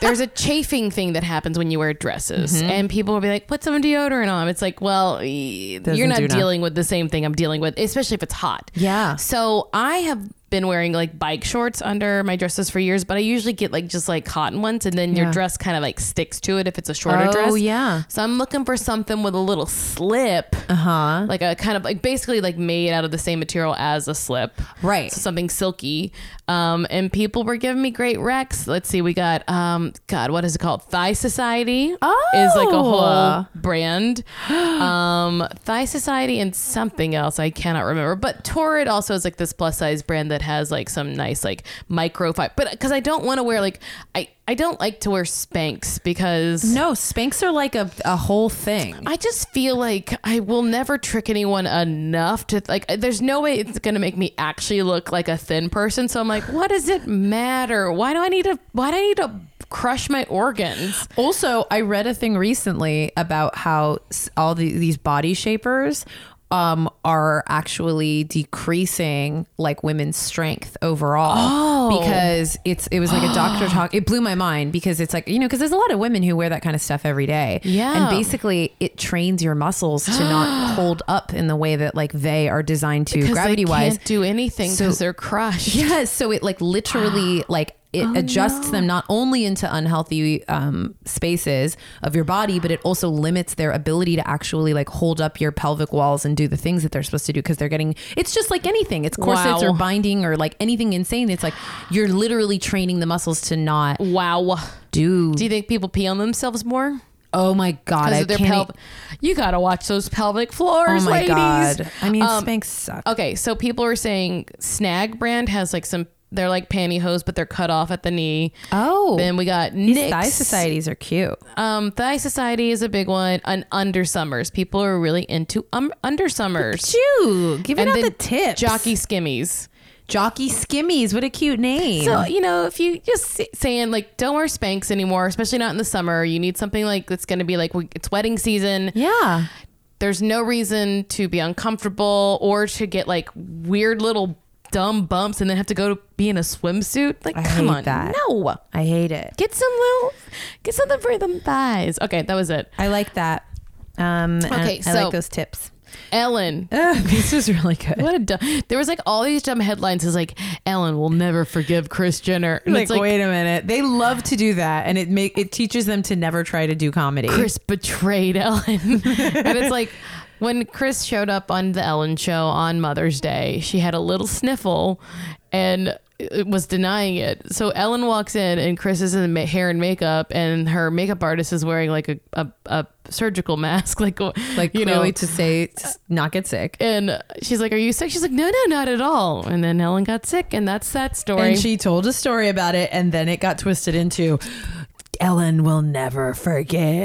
[SPEAKER 2] there's a chafing thing that happens when you wear dresses
[SPEAKER 3] Mm-hmm.
[SPEAKER 2] and people will be like put some deodorant on it's like well y- you're
[SPEAKER 3] Doesn't
[SPEAKER 2] not
[SPEAKER 3] do nothing.
[SPEAKER 2] dealing with the same thing i'm dealing with especially if it's hot
[SPEAKER 3] Yeah.
[SPEAKER 2] so I have been wearing like bike shorts under my dresses for years, but I usually get like just like cotton ones, and then your
[SPEAKER 3] Yeah.
[SPEAKER 2] dress kind of like sticks to it if it's a shorter
[SPEAKER 3] Oh,
[SPEAKER 2] dress.
[SPEAKER 3] yeah.
[SPEAKER 2] So I'm looking for something with a little slip,
[SPEAKER 3] Uh huh.
[SPEAKER 2] like a kind of like basically like made out of the same material as a slip,
[SPEAKER 3] Right.
[SPEAKER 2] So something silky. Um, and people were giving me great recs. Let's see, we got um, God, what is it called? Thigh Society
[SPEAKER 3] Oh.
[SPEAKER 2] is like a whole brand. Um, Thigh Society and something else I cannot remember. But Torrid also is like this plus size brand that has like some nice like micro five. But because I don't want to wear like I I don't like to wear Spanx because
[SPEAKER 3] No, Spanx are like a, a whole thing.
[SPEAKER 2] I just feel like I will never trick anyone enough to like. There's no way it's gonna make me actually look like a thin person. So I'm like, what does it matter? Why do I need to? Why do I need to crush my organs?
[SPEAKER 3] Also, I read a thing recently about how s- all the, these body shapers um, are actually decreasing like women's strength overall Oh. because it's it was like a doctor talk it blew my mind because it's like you know because there's a lot of women who wear that kind of stuff every day
[SPEAKER 2] Yeah.
[SPEAKER 3] and basically it trains your muscles to not hold up in the way that like they are designed to gravity wise
[SPEAKER 2] can't do anything because they're crushed.
[SPEAKER 3] Yes, so it like literally like it
[SPEAKER 2] Oh,
[SPEAKER 3] adjusts them not only into unhealthy um, spaces of your body, but it also limits their ability to actually like hold up your pelvic walls and do the things that they're supposed to do because they're getting. It's just like anything. It's corsets
[SPEAKER 2] Wow.
[SPEAKER 3] or binding or like anything insane. It's like you're literally training the muscles to not
[SPEAKER 2] Wow.
[SPEAKER 3] do.
[SPEAKER 2] Do you think people pee on themselves more?
[SPEAKER 3] Oh my god!
[SPEAKER 2] Because
[SPEAKER 3] I
[SPEAKER 2] of their
[SPEAKER 3] can't. e-
[SPEAKER 2] pelvic. You gotta watch those pelvic floors,
[SPEAKER 3] oh my
[SPEAKER 2] ladies. Um,
[SPEAKER 3] god! I mean, Spanx suck.
[SPEAKER 2] Okay, so people are saying Snag brand has like some. They're like pantyhose, but they're cut off at the knee.
[SPEAKER 3] Oh,
[SPEAKER 2] Then we got
[SPEAKER 3] these
[SPEAKER 2] Nyx.
[SPEAKER 3] thigh societies are cute.
[SPEAKER 2] Um, Thigh Society is a big one. And undersummers. People are really into um, undersummers.
[SPEAKER 3] Chew, giving
[SPEAKER 2] And
[SPEAKER 3] out
[SPEAKER 2] then
[SPEAKER 3] the tips.
[SPEAKER 2] Jockey skimmies.
[SPEAKER 3] Jockey Skimmies. What a cute name.
[SPEAKER 2] So, you know, if you just s- saying like, don't wear Spanx anymore, especially not in the summer. You need something like that's going to be like, we- it's wedding season.
[SPEAKER 3] yeah.
[SPEAKER 2] There's no reason to be uncomfortable or to get like weird little dumb bumps and then have to go to be in a swimsuit. Like,
[SPEAKER 3] I
[SPEAKER 2] come
[SPEAKER 3] hate
[SPEAKER 2] on.
[SPEAKER 3] that.
[SPEAKER 2] No.
[SPEAKER 3] I hate it.
[SPEAKER 2] Get some little, get something for them thighs. Okay, that was it.
[SPEAKER 3] I like that. Um, and
[SPEAKER 2] Okay,
[SPEAKER 3] I
[SPEAKER 2] so-
[SPEAKER 3] like those tips.
[SPEAKER 2] Ellen.
[SPEAKER 3] this is really good.
[SPEAKER 2] What a dumb. There was like all these dumb headlines. It's like Ellen will never forgive Chris Jenner. And
[SPEAKER 3] Like,
[SPEAKER 2] it's like
[SPEAKER 3] wait a minute. They love to do that, and it make it teaches them to never try to do comedy.
[SPEAKER 2] Chris betrayed Ellen. and it's like when Chris showed up on the Ellen show on Mother's Day, she had a little sniffle and uh, was denying it. So Ellen walks in and Chris is in ma- hair and makeup, and her makeup artist is wearing like a a, a surgical mask, like
[SPEAKER 3] like
[SPEAKER 2] you
[SPEAKER 3] clearly
[SPEAKER 2] know.
[SPEAKER 3] to say to s- not get sick.
[SPEAKER 2] and she's like, "Are you sick?" She's like, "No, no, not at all." And then Ellen got sick, and that's that story.
[SPEAKER 1] And she told a story about it, and then it got twisted into Ellen will never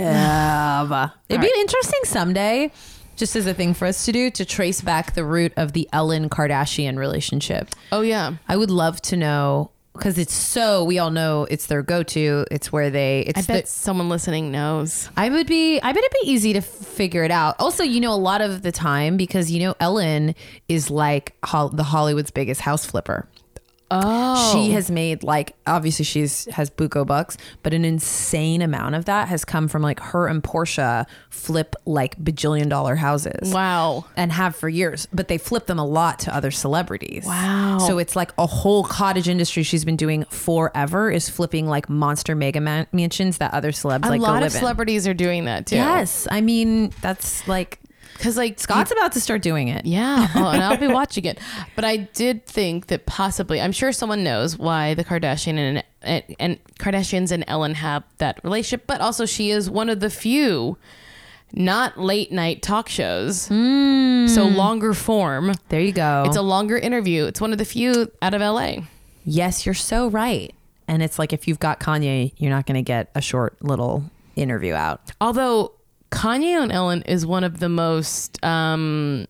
[SPEAKER 1] forgive.
[SPEAKER 3] It'd be interesting someday, just as a thing for us to do, to trace back the root of the Ellen Kardashian relationship.
[SPEAKER 2] oh yeah,
[SPEAKER 3] I would love to know because it's so we all know it's their go-to. It's where they. It's
[SPEAKER 2] I bet
[SPEAKER 3] the-
[SPEAKER 2] someone listening knows.
[SPEAKER 3] I would be. I bet it'd be easy to f- figure it out. Also, you know, a lot of the time because you know Ellen is like Hol- the Hollywood's biggest house flipper.
[SPEAKER 2] Oh,
[SPEAKER 3] She has made like obviously she's has buco bucks, but an insane amount of that has come from like her and Portia flip like bajillion dollar houses.
[SPEAKER 2] wow.
[SPEAKER 3] And have for years, but they flip them a lot to other celebrities.
[SPEAKER 2] Wow.
[SPEAKER 3] So it's like a whole cottage industry she's been doing forever is flipping like monster mega man- mansions that other celebs
[SPEAKER 2] A
[SPEAKER 3] like go
[SPEAKER 2] lot
[SPEAKER 3] live
[SPEAKER 2] of celebrities are doing that too.
[SPEAKER 3] in. Yes, I mean that's like
[SPEAKER 2] because like
[SPEAKER 3] Scott's about to start doing it.
[SPEAKER 2] Yeah. Oh, and I'll be watching it. But I did think that possibly, I'm sure someone knows why the Kardashian and, and, and Kardashians and Ellen have that relationship, but also she is one of the few not late night talk shows. So longer form.
[SPEAKER 3] There you go.
[SPEAKER 2] It's a longer interview. It's one of the few out of LA.
[SPEAKER 3] yes, you're so right. And it's like if you've got Kanye, you're not going to get a short little interview out.
[SPEAKER 2] Although Kanye on Ellen is one of the most um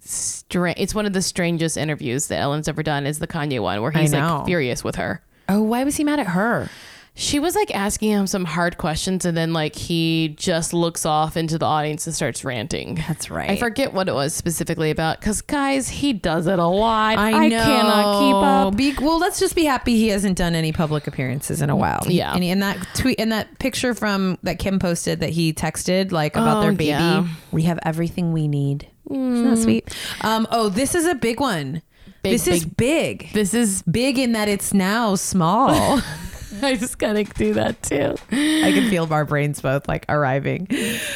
[SPEAKER 2] stra- it's one of the strangest interviews that Ellen's ever done is the Kanye one where he's
[SPEAKER 3] know.
[SPEAKER 2] like furious with her.
[SPEAKER 3] Oh, why was he mad at her?
[SPEAKER 2] She was like asking him some hard questions and then like he just looks off into the audience and starts ranting.
[SPEAKER 3] That's right.
[SPEAKER 2] I forget what it was specifically about cuz guys, he does it a lot. I,
[SPEAKER 3] I,
[SPEAKER 2] cannot keep up.
[SPEAKER 3] Be, well, let's just be happy he hasn't done any public appearances in a while. He-
[SPEAKER 2] Yeah.
[SPEAKER 3] and, and that tweet and that picture from that Kim posted that he texted like about their
[SPEAKER 2] Oh,
[SPEAKER 3] baby.
[SPEAKER 2] yeah. Mm.
[SPEAKER 3] We have everything we need. Isn't that sweet? Um, oh, this is a big one.
[SPEAKER 2] Big,
[SPEAKER 3] this is big.
[SPEAKER 2] This is
[SPEAKER 3] Big in that it's now small.
[SPEAKER 2] I just got to do that too.
[SPEAKER 3] I can feel our brains both like arriving.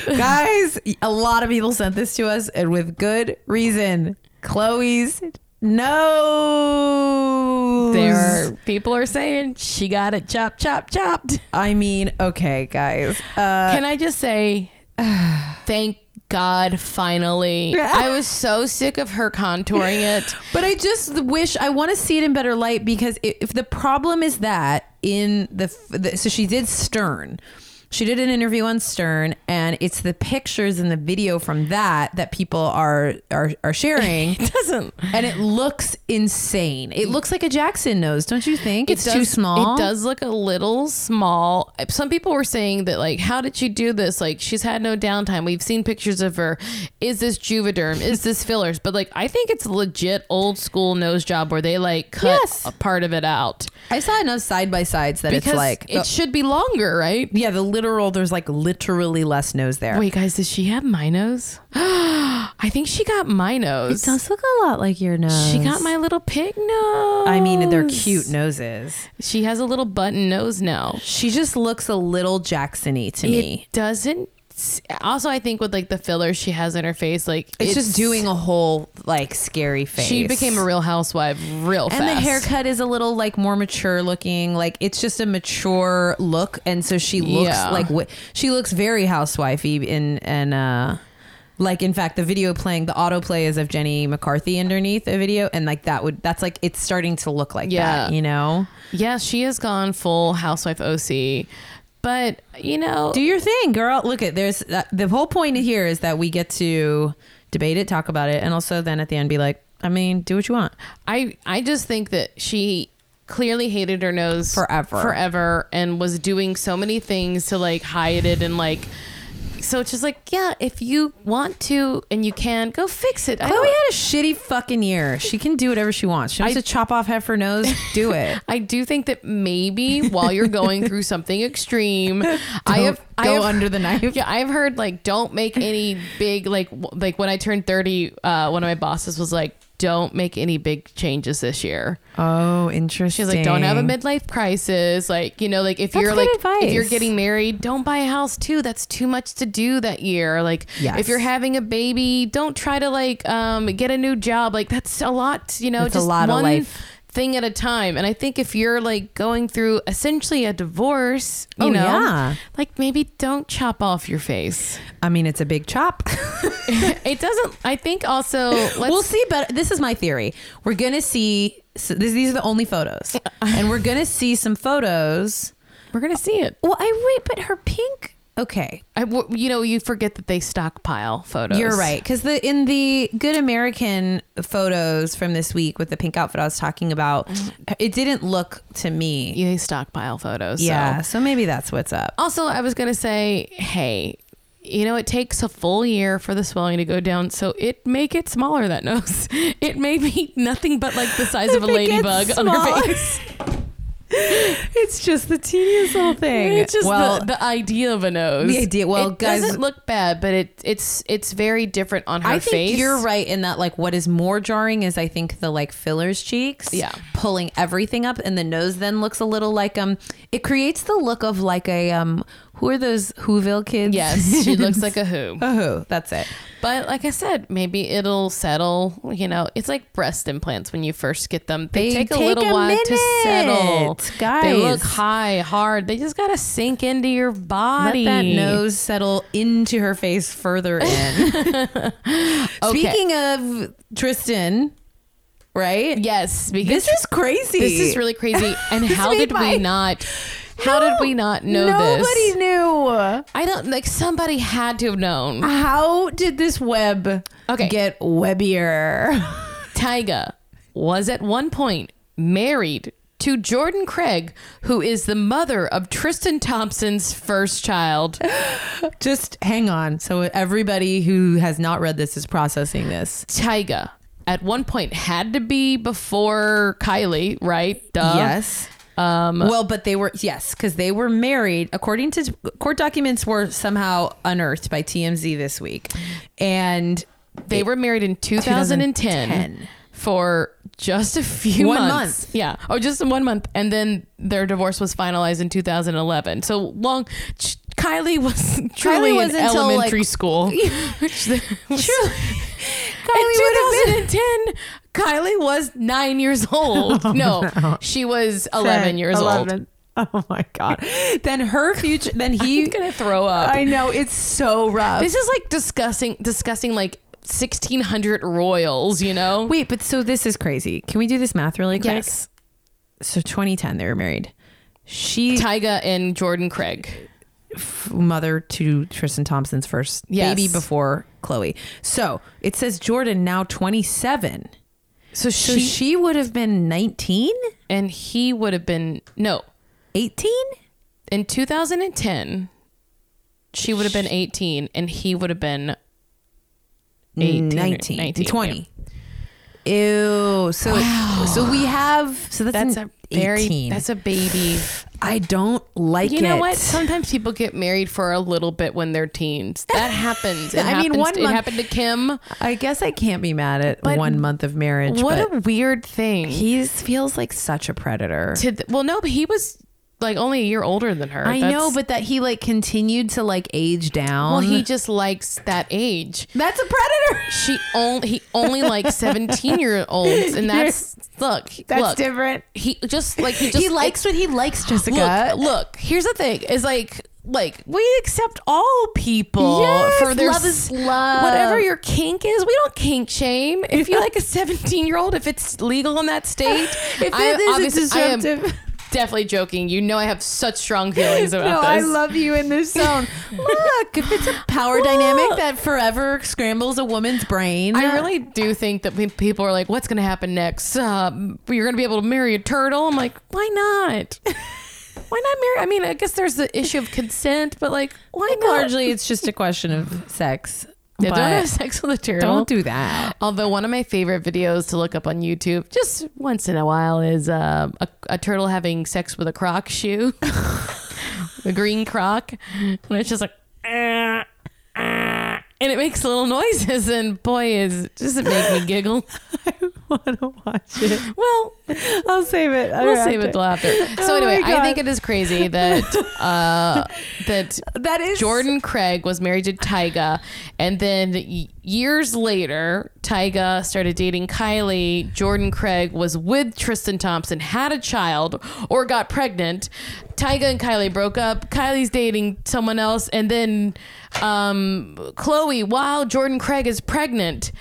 [SPEAKER 3] Guys, a lot of people sent this to us and with good reason. Chloe's no.
[SPEAKER 2] There are, people are saying she got it chop chop chopped.
[SPEAKER 3] I mean, okay, guys. Uh,
[SPEAKER 2] Can I just say, thank God, finally. I was so sick of her contouring it.
[SPEAKER 3] but I just wish I want to see it in better light because if, if the problem is that in the, f- the so she did Stern. She did an interview on Stern, and it's the pictures and the video from that that people are are, are sharing.
[SPEAKER 2] It doesn't.
[SPEAKER 3] and it looks insane. It looks like a Jackson nose, don't you think? It's
[SPEAKER 2] it does,
[SPEAKER 3] too small.
[SPEAKER 2] It does look a little small. Some people were saying that, like, how did she do this? Like, she's had no downtime. We've seen pictures of her. Is this Juvederm? Is this fillers? But, like, I think it's legit old school nose job where they, like, cut
[SPEAKER 3] Yes.
[SPEAKER 2] a part of it out.
[SPEAKER 3] I saw enough side by sides that
[SPEAKER 2] Because
[SPEAKER 3] it's like
[SPEAKER 2] it should be longer, right?
[SPEAKER 3] yeah, the literal. There's like literally less nose there.
[SPEAKER 2] Wait, guys, does she have my nose? I think she got my nose.
[SPEAKER 3] look a lot like your nose.
[SPEAKER 2] She got my little pig nose.
[SPEAKER 3] I mean, they're cute noses.
[SPEAKER 2] She has a little button nose now.
[SPEAKER 3] She just looks a little Jacksony to me.
[SPEAKER 2] It doesn't. s- Also, I think with like the filler she has in her face, like
[SPEAKER 3] It's, just doing a whole like scary face.
[SPEAKER 2] She became a real housewife real fast.
[SPEAKER 3] and the haircut is a little like more mature looking like it's just a mature look and so she looks
[SPEAKER 2] Yeah.
[SPEAKER 3] like what she looks very housewifey and and uh like in fact the video playing the autoplay is of jenny mccarthy underneath a video and like that would that's like it's starting to look like
[SPEAKER 2] Yeah.
[SPEAKER 3] that you know
[SPEAKER 2] Yeah, she has gone full housewife OC, but you know,
[SPEAKER 3] do your thing girl look at there's uh, the whole point here is that we get to debate it talk about it and also then at the end be like i mean do what you want
[SPEAKER 2] I I just think that she clearly hated her nose
[SPEAKER 3] Forever.
[SPEAKER 2] forever, and was doing so many things to like hide it and like. So it's just like, yeah, if you want to and you can, go fix it. I
[SPEAKER 3] Chloe
[SPEAKER 2] don't-
[SPEAKER 3] had a shitty fucking year. She can do whatever she wants. She wants
[SPEAKER 2] I-
[SPEAKER 3] to chop off half her nose. Do it.
[SPEAKER 2] I do think that maybe while you're going through something extreme, I have I
[SPEAKER 3] go
[SPEAKER 2] have-
[SPEAKER 3] under the knife.
[SPEAKER 2] Yeah, I've heard like don't make any big like w- like when I turned thirty, uh, one of my bosses was like, "Don't make any big changes this year."
[SPEAKER 3] Oh, interesting.
[SPEAKER 2] She's like, "Don't have a midlife crisis." Like you know, like if
[SPEAKER 3] That's
[SPEAKER 2] you're
[SPEAKER 3] good
[SPEAKER 2] like
[SPEAKER 3] advice.
[SPEAKER 2] if you're getting married, don't buy a house too. That's too much to do that year. Like
[SPEAKER 3] Yes.
[SPEAKER 2] if you're having a baby, don't try to like um get a new job. Like that's a lot. You know,
[SPEAKER 3] That's a
[SPEAKER 2] just
[SPEAKER 3] lot of
[SPEAKER 2] one
[SPEAKER 3] life.
[SPEAKER 2] thing at a time. And I think if you're like going through essentially a divorce, you
[SPEAKER 3] Oh,
[SPEAKER 2] know,
[SPEAKER 3] yeah.
[SPEAKER 2] like maybe don't chop off your face.
[SPEAKER 3] I mean, it's a big chop.
[SPEAKER 2] it doesn't. I think also let's
[SPEAKER 3] we'll see, but this is my theory. We're gonna see. So this, these are the only photos, and we're gonna see some photos.
[SPEAKER 2] we're gonna see it.
[SPEAKER 3] Well, I wait, but her pink. Okay,
[SPEAKER 2] I w you know, you forget that they stockpile photos.
[SPEAKER 3] You're right, because the in the Good American photos from this week with the pink outfit I was talking about, it didn't look to me.
[SPEAKER 2] They stockpile photos. Mm-hmm. so.
[SPEAKER 3] Yeah, so maybe that's what's up.
[SPEAKER 2] Also, I was going to say, hey, you know, it takes a full year for the swelling to go down, so it may get smaller, that nose. It may be nothing but like the size of a
[SPEAKER 3] If it gets
[SPEAKER 2] ladybug on her
[SPEAKER 3] smaller.
[SPEAKER 2] face.
[SPEAKER 3] It's just the teeniest little thing.
[SPEAKER 2] It's just
[SPEAKER 3] well,
[SPEAKER 2] the, the idea of a nose.
[SPEAKER 3] The idea- well,
[SPEAKER 2] it
[SPEAKER 3] guys-
[SPEAKER 2] doesn't look bad, but it, it's it's very different on her
[SPEAKER 3] I
[SPEAKER 2] face.
[SPEAKER 3] think you're right in that. Like, what is more jarring is I think the like fillers cheeks,
[SPEAKER 2] Yeah.
[SPEAKER 3] pulling everything up, and the nose then looks a little like um. It creates the look of like a um. Who are those Whoville kids?
[SPEAKER 2] Yes, she looks like a who.
[SPEAKER 3] a who. That's it.
[SPEAKER 2] But like I said, maybe it'll settle. You know, it's like breast implants when you first get them. They,
[SPEAKER 3] They
[SPEAKER 2] take a
[SPEAKER 3] take
[SPEAKER 2] little
[SPEAKER 3] a
[SPEAKER 2] while to settle.
[SPEAKER 3] minute,
[SPEAKER 2] They look
[SPEAKER 3] guys.
[SPEAKER 2] high, hard. They just gotta sink into your
[SPEAKER 3] Let
[SPEAKER 2] body.
[SPEAKER 3] that nose settle into her face further in. Speaking of Tristan, right?
[SPEAKER 2] Yes, because
[SPEAKER 3] This is crazy.
[SPEAKER 2] this is really crazy. And
[SPEAKER 3] This
[SPEAKER 2] how
[SPEAKER 3] made
[SPEAKER 2] did
[SPEAKER 3] my-
[SPEAKER 2] we not? How did we not know
[SPEAKER 3] Nobody
[SPEAKER 2] this? Ah.
[SPEAKER 3] knew.
[SPEAKER 2] I don't like. Somebody had to have known.
[SPEAKER 3] How did this web
[SPEAKER 2] Okay.
[SPEAKER 3] get webbier?
[SPEAKER 2] Tyga was at one point married to Jordan Craig, who is the mother of Tristan Thompson's first child.
[SPEAKER 3] Just hang on. So everybody who has not read this is processing this.
[SPEAKER 2] Tyga at one point had to be before Kylie, right? Duh.
[SPEAKER 3] yes. Uh, Um, well, but they were yes, because they were married. According to court documents, were somehow unearthed by TMZ this week, and
[SPEAKER 2] They were married in 2010,
[SPEAKER 3] 2010.
[SPEAKER 2] for just a few
[SPEAKER 3] One
[SPEAKER 2] months.
[SPEAKER 3] month.
[SPEAKER 2] Yeah. Oh, just one month. And then their divorce was finalized in 2011. So long. Ch- Kylie was truly
[SPEAKER 3] was
[SPEAKER 2] in
[SPEAKER 3] until,
[SPEAKER 2] elementary
[SPEAKER 3] like-
[SPEAKER 2] school. True.
[SPEAKER 3] True.
[SPEAKER 2] Kylie in 2010, Kylie was nine years old. no, she was 11 years old.
[SPEAKER 3] Oh my god! Then her future. Then he.
[SPEAKER 2] I'm gonna throw up.
[SPEAKER 3] I know it's so rough.
[SPEAKER 2] This is like discussing discussing like sixteen hundred royals, you know?
[SPEAKER 3] Wait, but so this is crazy. Can we do this math really quick?
[SPEAKER 2] yes.
[SPEAKER 3] So 2010, they were married. She
[SPEAKER 2] Tyga and Jordan Craig.
[SPEAKER 3] mother to Tristan Thompson's first
[SPEAKER 2] Yes.
[SPEAKER 3] baby before Chloe. So it says Jordan now 27.
[SPEAKER 2] So she,
[SPEAKER 3] So she, would have been 19,
[SPEAKER 2] and he would have been no.
[SPEAKER 3] 18.
[SPEAKER 2] In two thousand and ten, she would have been eighteen and he would have been 18,
[SPEAKER 3] 19,
[SPEAKER 2] 19,
[SPEAKER 3] 20. Ew. So so we have so that's,
[SPEAKER 2] that's a very
[SPEAKER 3] very 18.
[SPEAKER 2] that's a baby.
[SPEAKER 3] I don't like
[SPEAKER 2] You
[SPEAKER 3] it.
[SPEAKER 2] know what? Sometimes people get married for a little bit when they're teens. That happens. It
[SPEAKER 3] I mean,
[SPEAKER 2] happens-
[SPEAKER 3] one
[SPEAKER 2] it
[SPEAKER 3] month-
[SPEAKER 2] happened to Kim.
[SPEAKER 3] I guess I can't be mad at
[SPEAKER 2] But
[SPEAKER 3] one month of marriage.
[SPEAKER 2] What
[SPEAKER 3] but
[SPEAKER 2] a weird thing.
[SPEAKER 3] he feels like such a predator.
[SPEAKER 2] to th- well no but he was like only a year older than her
[SPEAKER 3] I
[SPEAKER 2] That's-
[SPEAKER 3] know, but that he like continued to like age down.
[SPEAKER 2] well he just likes that age
[SPEAKER 3] that's a predator.
[SPEAKER 2] she only he only likes 17 year olds and that's look
[SPEAKER 3] That's
[SPEAKER 2] look,
[SPEAKER 3] different.
[SPEAKER 2] he just like he just
[SPEAKER 3] he likes what he likes,
[SPEAKER 2] look,
[SPEAKER 3] Jessica.
[SPEAKER 2] look here's the thing is like like we accept all people
[SPEAKER 3] Yes,
[SPEAKER 2] for their
[SPEAKER 3] love is
[SPEAKER 2] s-
[SPEAKER 3] love.
[SPEAKER 2] whatever your kink is we don't kink shame if you like a 17 year old if it's legal in that state
[SPEAKER 3] If
[SPEAKER 2] I-
[SPEAKER 3] it is, it's
[SPEAKER 2] obviously, I am
[SPEAKER 3] disruptive.
[SPEAKER 2] definitely joking you know i have such strong feelings about
[SPEAKER 3] no,
[SPEAKER 2] this
[SPEAKER 3] I love you in this zone. Look, if it's a power dynamic
[SPEAKER 2] Look.
[SPEAKER 3] that forever scrambles a woman's brain,
[SPEAKER 2] I really do think that pe- people are like, "What's going to happen next? Um, you're going to be able to marry a turtle." I'm like, "Why not? why not marry?" I mean, I guess there's the issue of consent, but like, why
[SPEAKER 3] think
[SPEAKER 2] not?
[SPEAKER 3] largely it's just a question of sex.
[SPEAKER 2] Yeah, don't
[SPEAKER 3] but
[SPEAKER 2] have sex with a turtle.
[SPEAKER 3] don't do that.
[SPEAKER 2] Although one of my favorite videos to look up on YouTube, just once in a while, is um, a, a turtle having sex with a croc shoe, the green croc, and it's just like, uh," "Ah, ah," and it makes little noises, and boy, is does it make me giggle.
[SPEAKER 1] want to watch it.
[SPEAKER 2] Well,
[SPEAKER 1] I'll save it.
[SPEAKER 2] we'll save it till after. So
[SPEAKER 1] Oh my
[SPEAKER 2] anyway, I
[SPEAKER 1] God.
[SPEAKER 2] think it is crazy that uh, that
[SPEAKER 3] That is
[SPEAKER 2] Jordan Craig was married to Tyga, and then y- years later, Tyga started dating Kylie. Jordan Craig was with Tristan Thompson, had a child, or got pregnant. Tyga and Kylie broke up. Kylie's dating someone else, and then um, Chloe, while Jordan Craig is pregnant,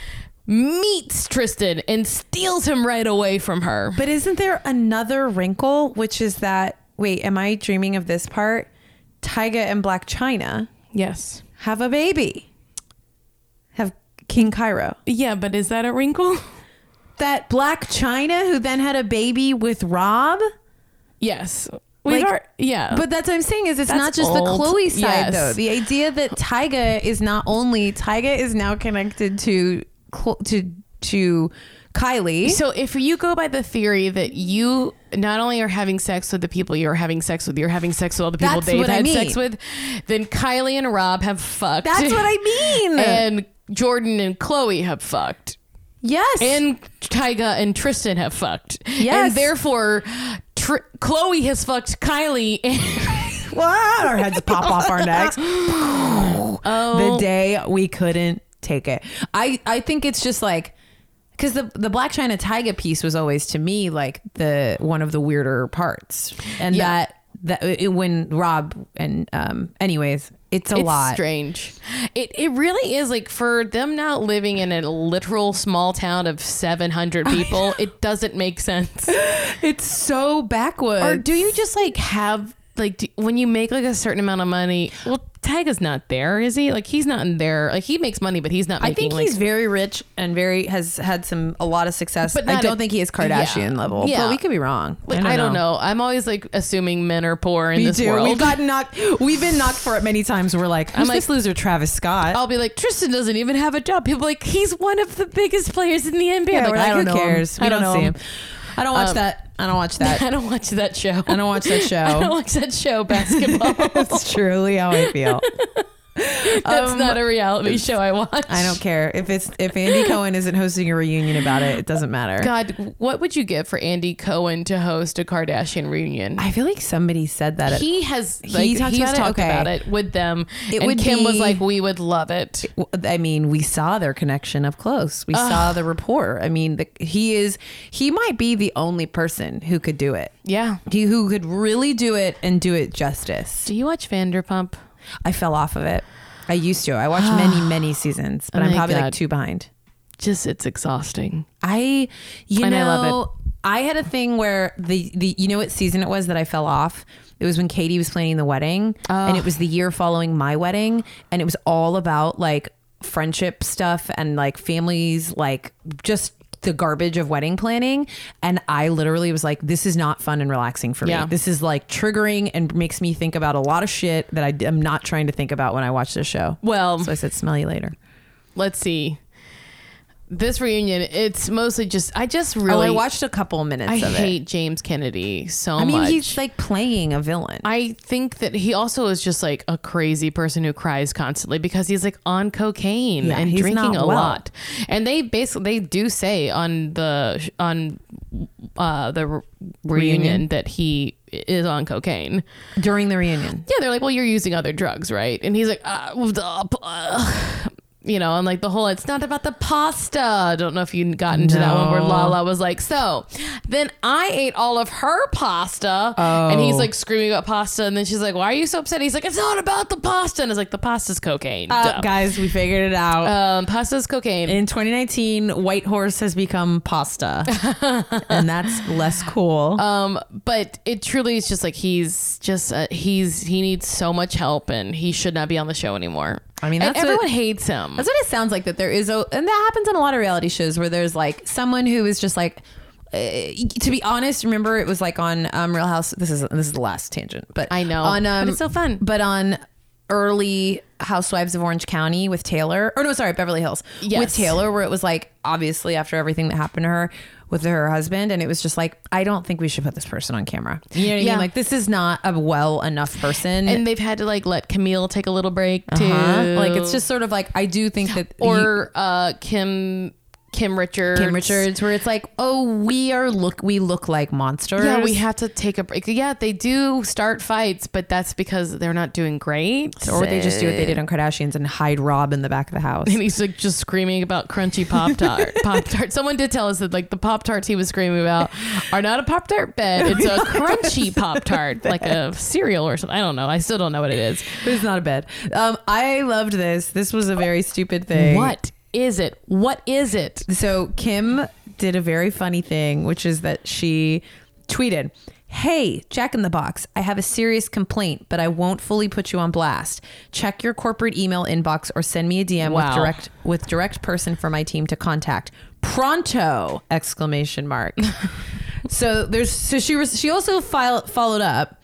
[SPEAKER 2] meets Tristan and steals him right away from her.
[SPEAKER 3] But isn't there another wrinkle, which is that wait, am I dreaming of this part? Tyga and Black China
[SPEAKER 2] Yes.
[SPEAKER 3] have a baby. Have King Cairo.
[SPEAKER 2] Yeah, but is that a wrinkle?
[SPEAKER 3] That Black China who then had a baby with Rob?
[SPEAKER 2] Yes. We
[SPEAKER 3] Like,
[SPEAKER 2] are yeah.
[SPEAKER 3] But that's what I'm saying is it's
[SPEAKER 2] Oh. That's
[SPEAKER 3] not just the
[SPEAKER 2] old.
[SPEAKER 3] Chloe side
[SPEAKER 2] Yes.
[SPEAKER 3] though. The idea that Tyga is not only Tyga is now connected to Chlo- to to Kylie.
[SPEAKER 2] So if you go by the theory that you not only are having sex with the people you're having sex with, you're having sex with all the people
[SPEAKER 3] That's
[SPEAKER 2] they've
[SPEAKER 3] what I
[SPEAKER 2] had
[SPEAKER 3] mean.
[SPEAKER 2] sex with, then Kylie and Rob have fucked.
[SPEAKER 3] That's what I mean.
[SPEAKER 2] And Jordan and Chloe have fucked.
[SPEAKER 3] yes.
[SPEAKER 2] And Tyga and Tristan have fucked.
[SPEAKER 3] Yes.
[SPEAKER 2] And therefore, Tr- Chloe has fucked Kylie. And-
[SPEAKER 3] Wow, our heads pop off our necks. Oh. The day we couldn't take it. I, I think it's just like because the the Black China Tyga piece was always to me like the one of the weirder parts, and
[SPEAKER 2] Yeah.
[SPEAKER 3] that that it, when Rob and um anyways, it's a
[SPEAKER 2] it's
[SPEAKER 3] lot.
[SPEAKER 2] strange. It it really is like for them now living in a literal small town of 700 people, it doesn't make sense.
[SPEAKER 3] It's so backwards.
[SPEAKER 2] Or do you just like have like do, when you make like a certain amount of money? Well, Tyga's not there, is he? Like he's not in there. Like he makes money, but he's not.
[SPEAKER 3] I
[SPEAKER 2] Making,
[SPEAKER 3] think
[SPEAKER 2] like,
[SPEAKER 3] he's very rich and very has had some a lot of success.
[SPEAKER 2] But
[SPEAKER 3] I
[SPEAKER 2] not
[SPEAKER 3] don't
[SPEAKER 2] a-
[SPEAKER 3] think he is Kardashian
[SPEAKER 2] yeah.
[SPEAKER 3] level.
[SPEAKER 2] Yeah.
[SPEAKER 3] But we could be wrong.
[SPEAKER 2] Like, I, don't know. I'm always like assuming men are poor in
[SPEAKER 3] Me
[SPEAKER 2] this
[SPEAKER 3] too.
[SPEAKER 2] world.
[SPEAKER 3] We've gotten knocked. We've been knocked for it many times. We're like, I'm
[SPEAKER 2] like- Oh,
[SPEAKER 3] this loser, Travis Scott.
[SPEAKER 2] I'll be like Tristan doesn't even have a job. People are like he's one of the biggest players in the NBA.
[SPEAKER 3] Yeah,
[SPEAKER 2] like,
[SPEAKER 3] we're like,
[SPEAKER 2] I don't
[SPEAKER 3] who
[SPEAKER 2] know him.
[SPEAKER 3] cares?
[SPEAKER 2] I
[SPEAKER 3] We
[SPEAKER 2] don't, know
[SPEAKER 3] see
[SPEAKER 2] him.
[SPEAKER 3] him. I don't watch
[SPEAKER 2] Um,
[SPEAKER 3] that. I don't watch that.
[SPEAKER 2] I don't watch that show.
[SPEAKER 3] I don't watch that
[SPEAKER 2] I don't
[SPEAKER 3] show.
[SPEAKER 2] watch that show. Basketball.
[SPEAKER 3] That's truly how I feel.
[SPEAKER 2] That's not a reality show Um, I watch.
[SPEAKER 3] I don't care if it's if Andy Cohen isn't hosting a reunion about it. It doesn't matter.
[SPEAKER 2] God, what would you give for Andy Cohen to host a Kardashian reunion?
[SPEAKER 3] I feel like somebody said that. at-
[SPEAKER 2] he has
[SPEAKER 3] He
[SPEAKER 2] like, he's
[SPEAKER 3] talked
[SPEAKER 2] talked,
[SPEAKER 3] about it? Okay.
[SPEAKER 2] about it with them
[SPEAKER 3] It
[SPEAKER 2] and
[SPEAKER 3] would
[SPEAKER 2] kim was
[SPEAKER 3] be-
[SPEAKER 2] like we would love it
[SPEAKER 3] I mean, we saw their connection up close. We saw the rapport. I mean, the, he is he might be the only person who could do it.
[SPEAKER 2] yeah
[SPEAKER 3] He who could really do it and do it justice.
[SPEAKER 2] do you watch vanderpump
[SPEAKER 3] I fell off of it. I used to. I watched many, many seasons, but
[SPEAKER 2] Oh
[SPEAKER 3] I'm
[SPEAKER 2] my
[SPEAKER 3] probably
[SPEAKER 2] God.
[SPEAKER 3] like two behind.
[SPEAKER 2] just it's exhausting
[SPEAKER 3] I, you
[SPEAKER 2] And
[SPEAKER 3] know,
[SPEAKER 2] I
[SPEAKER 3] I,
[SPEAKER 2] love
[SPEAKER 3] had a thing where the, the, you know what season it was that I fell off? It was when Katie was planning the wedding
[SPEAKER 2] Oh.
[SPEAKER 3] and it was the year following my wedding. And it was all about like friendship stuff and like families, like just the garbage of wedding planning. And I literally was like, this is not fun and relaxing for
[SPEAKER 2] Yeah.
[SPEAKER 3] me. This is like triggering and makes me think about a lot of shit that I am not trying to think about when I watch this show.
[SPEAKER 2] well
[SPEAKER 3] So I said, smell you later.
[SPEAKER 2] let's see this reunion it's mostly just i just
[SPEAKER 3] Oh,
[SPEAKER 2] really
[SPEAKER 3] I watched a couple minutes
[SPEAKER 2] I
[SPEAKER 3] of it.
[SPEAKER 2] hate james kennedy so
[SPEAKER 3] I mean,
[SPEAKER 2] much
[SPEAKER 3] he's like playing a villain.
[SPEAKER 2] I think that he also is just like a crazy person who cries constantly because he's like on cocaine
[SPEAKER 3] Yeah,
[SPEAKER 2] and
[SPEAKER 3] he's
[SPEAKER 2] drinking
[SPEAKER 3] not
[SPEAKER 2] a
[SPEAKER 3] well.
[SPEAKER 2] lot. And they basically they do say on the on uh, the re- reunion,
[SPEAKER 3] Reunion.
[SPEAKER 2] that he is on cocaine.
[SPEAKER 3] during the reunion.
[SPEAKER 2] Yeah, they're like, well, you're using other drugs, right? And he's like, ah, well, duh, uh, you know, and like the whole it's not about the pasta. I don't know if you got into that one where
[SPEAKER 3] No.
[SPEAKER 2] Lala was like, so then I ate all of her pasta, and
[SPEAKER 3] Oh.
[SPEAKER 2] he's like screaming about pasta, and then she's like, why are you so upset? He's like, it's not about the pasta, and it's like the pasta's cocaine. Duh.
[SPEAKER 3] guys, we figured it out.
[SPEAKER 2] um, pasta's cocaine.
[SPEAKER 3] in 2019, White Horse has become pasta, and that's less cool.
[SPEAKER 2] Um, but it truly is just like he's just uh, he's he needs so much help, and he should not be on the show anymore.
[SPEAKER 3] I mean,
[SPEAKER 2] And
[SPEAKER 3] that's what-
[SPEAKER 2] everyone hates him.
[SPEAKER 3] That's what it sounds like. That there is a, and that happens in a lot of reality shows where there's like someone who is just like. Uh, to be honest, remember it was like on um, Real House. This is this is the last tangent, but
[SPEAKER 2] I know,
[SPEAKER 3] on
[SPEAKER 2] but
[SPEAKER 3] um,
[SPEAKER 2] it's so fun.
[SPEAKER 3] But on early Housewives of Orange County with Taylor, or no, sorry, Beverly Hills
[SPEAKER 2] Yes.
[SPEAKER 3] with Taylor, where it was like obviously after everything that happened to her with her husband, and it was just like I don't think we should put this person on camera. You know what I
[SPEAKER 2] Yeah.
[SPEAKER 3] mean? Like this is not a well enough person.
[SPEAKER 2] and they've had to like let Camille take a little break too.
[SPEAKER 3] Uh-huh. like it's just sort of like I do think that
[SPEAKER 2] or uh, Kim Kim Richards.
[SPEAKER 3] Kim Richards, where it's like, oh, we are look, we look like monsters.
[SPEAKER 2] Yeah, we have to take a break. Yeah, they do start fights, but that's because they're not doing great.
[SPEAKER 3] or would they just do what they did on Kardashians and hide Rob in the back of the house?
[SPEAKER 2] And he's like just screaming about crunchy pop tart. pop tart. Someone did tell us that like the pop tarts he was screaming about are not a pop tart bed. It's a crunchy pop tart, like a cereal or something. I don't know. I still don't know what it is.
[SPEAKER 3] But it's not a bed. Um, I loved this. This was a very stupid thing.
[SPEAKER 2] What is it? What is it?
[SPEAKER 3] So Kim did a very funny thing, which is that she tweeted, Hey, Jack in the Box, I have a serious complaint, but I won't fully put you on blast. Check your corporate email inbox or send me a DM
[SPEAKER 2] Wow.
[SPEAKER 3] with direct with direct person for my team to contact. Pronto! Exclamation mark. so there's so she was she also file, followed up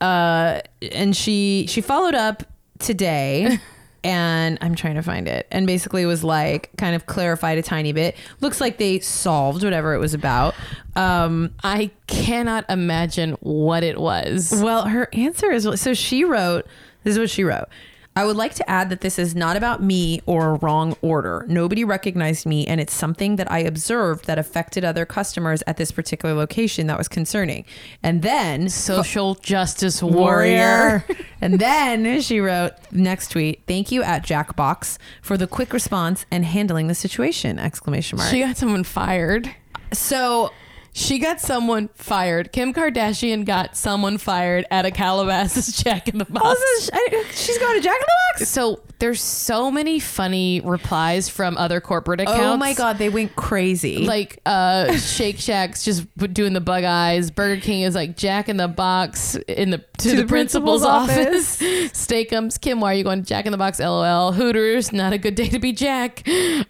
[SPEAKER 3] uh, and she she followed up today and i'm trying to find it and basically was like kind of clarified a tiny bit looks like they solved whatever it was about um
[SPEAKER 2] I cannot imagine what it was.
[SPEAKER 3] well her answer is so she wrote this is what she wrote I would like to add that this is not about me or a wrong order. Nobody recognized me, and it's something that I observed that affected other customers at this particular location that was concerning. And then
[SPEAKER 2] Social justice warrior.
[SPEAKER 3] and then she wrote next tweet, thank you at Jackbox for the quick response and handling the situation. Exclamation mark.
[SPEAKER 2] She got someone fired.
[SPEAKER 3] so
[SPEAKER 2] She got someone fired. Kim Kardashian got someone fired at a Calabasas Jack in the Box.
[SPEAKER 3] also, I, she's going to Jack in the Box.
[SPEAKER 2] So there's so many funny replies from other corporate accounts.
[SPEAKER 3] Oh my god, they went crazy.
[SPEAKER 2] Like uh, Shake Shack's just b- doing the bug eyes. Burger King is like Jack in the Box in the to, the, principal's, office. Steakums, Kim, why are you going to Jack in the Box? LOL. Hooters, not a good day to be Jack.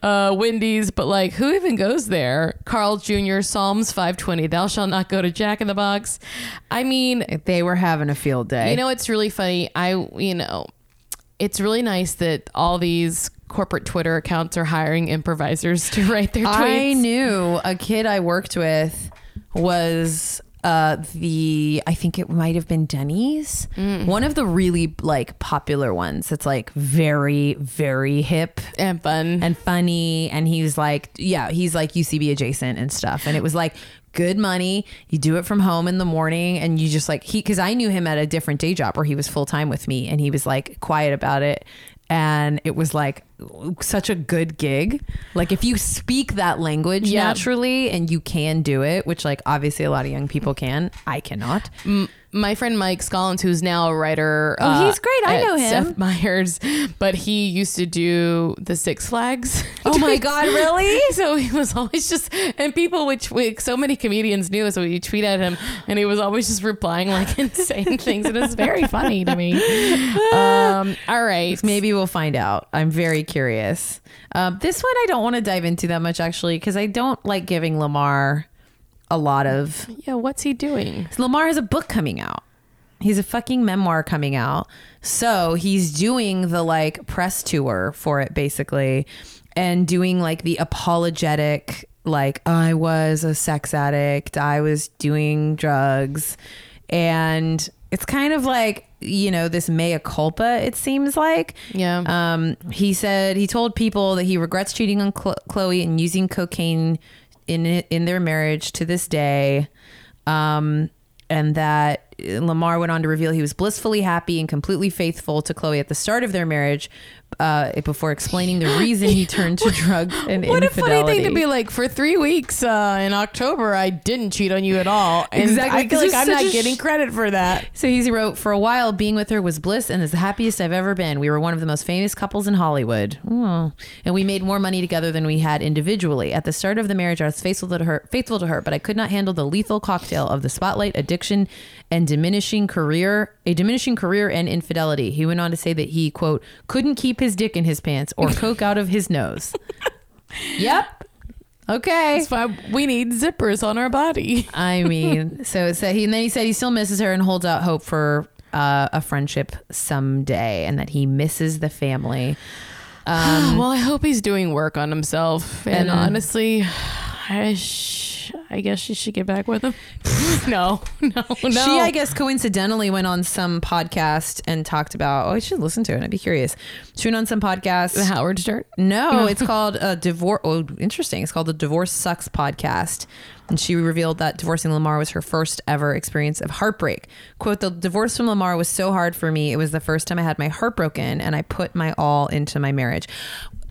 [SPEAKER 2] Uh, Wendy's, but like who even goes there? Carl Jr. Psalms 520. Thou shalt not go to Jack in the Box. I mean,
[SPEAKER 3] they were having a field day.
[SPEAKER 2] you know, it's really funny. I, you know, it's really nice that all these corporate Twitter accounts are hiring improvisers to write their tweets.
[SPEAKER 3] I knew a kid I worked with was uh the I think it might have been Denny's.
[SPEAKER 2] Mm.
[SPEAKER 3] One of the really like popular ones. It's like very very hip
[SPEAKER 2] and fun.
[SPEAKER 3] and funny and he was like yeah he's like ucb adjacent and stuff and it was like good money you do it from home in the morning and you just like he because i knew him at a different day job where he was full-time with me and he was like quiet about it and it was like such a good gig like if you speak that language
[SPEAKER 2] Yeah.
[SPEAKER 3] naturally and you can do it which like obviously a lot of young people can i cannot
[SPEAKER 2] M- my friend Mike Scollins, who's now a writer, oh,
[SPEAKER 3] he's great. I know him.
[SPEAKER 2] Seth Meyers, but he used to do the Six Flags.
[SPEAKER 3] oh my god really
[SPEAKER 2] So he was always just, and people, which we, so many comedians knew, so you tweet at him, and he was always just replying like insane things, and it's very funny to me. Um, all right,
[SPEAKER 3] Maybe we'll find out. I'm very curious. Um, this one I don't want to dive into that much actually because I don't like giving Lamar a lot of.
[SPEAKER 2] yeah, what's he doing?
[SPEAKER 3] 'cause Lamar has a book coming out. He's a fucking memoir coming out. So he's doing the like press tour for it basically and doing like the apologetic, like, I was a sex addict, I was doing drugs. And it's kind of like, you know, this mea culpa, it seems like.
[SPEAKER 2] Yeah.
[SPEAKER 3] Um, he said he told people that he regrets cheating on Cl- Chloe and using cocaine in in their marriage to this day, um, and that Lamar went on to reveal he was blissfully happy and completely faithful to Chloe at the start of their marriage. Uh, before explaining the reason he turned to drugs and
[SPEAKER 2] What
[SPEAKER 3] infidelity.
[SPEAKER 2] a funny thing to be like for three weeks uh, in October. I didn't cheat on you at all. And
[SPEAKER 3] Exactly,
[SPEAKER 2] I feel
[SPEAKER 3] 'cause
[SPEAKER 2] like
[SPEAKER 3] you're
[SPEAKER 2] I'm
[SPEAKER 3] such
[SPEAKER 2] not
[SPEAKER 3] a sh-
[SPEAKER 2] getting credit for that.
[SPEAKER 3] So he wrote, For a while, being with her was bliss and is the happiest I've ever been. We were one of the most famous couples in Hollywood. Oh. And we made more money together than we had individually. At the start of the marriage, I was faithful to her, faithful to her but I could not handle the lethal cocktail of the spotlight, addiction, and diminishing career, a diminishing career and infidelity. He went on to say that he, quote, couldn't keep his dick in his pants or coke out of his nose. yep. Okay.
[SPEAKER 2] That's why we need zippers on our body.
[SPEAKER 3] I mean, so it said he, and then he said he still misses her and holds out hope for uh, a friendship someday, and that he misses the family.
[SPEAKER 2] Um, well, I hope he's doing work on himself. And honestly, I sh- sh- I guess she should get back with him. no, no, no.
[SPEAKER 3] She, I guess, coincidentally went on some podcast and talked about. Oh, I should listen to it. I'd be curious. She went on some podcast.
[SPEAKER 2] Howard Stern.
[SPEAKER 3] No, it's called a divorce. Oh, interesting. It's called the Divorce Sucks podcast. And she revealed that divorcing Lamar was her first ever experience of heartbreak. Quote, the divorce from Lamar was so hard for me. It was the first time I had my heart broken and I put my all into my marriage.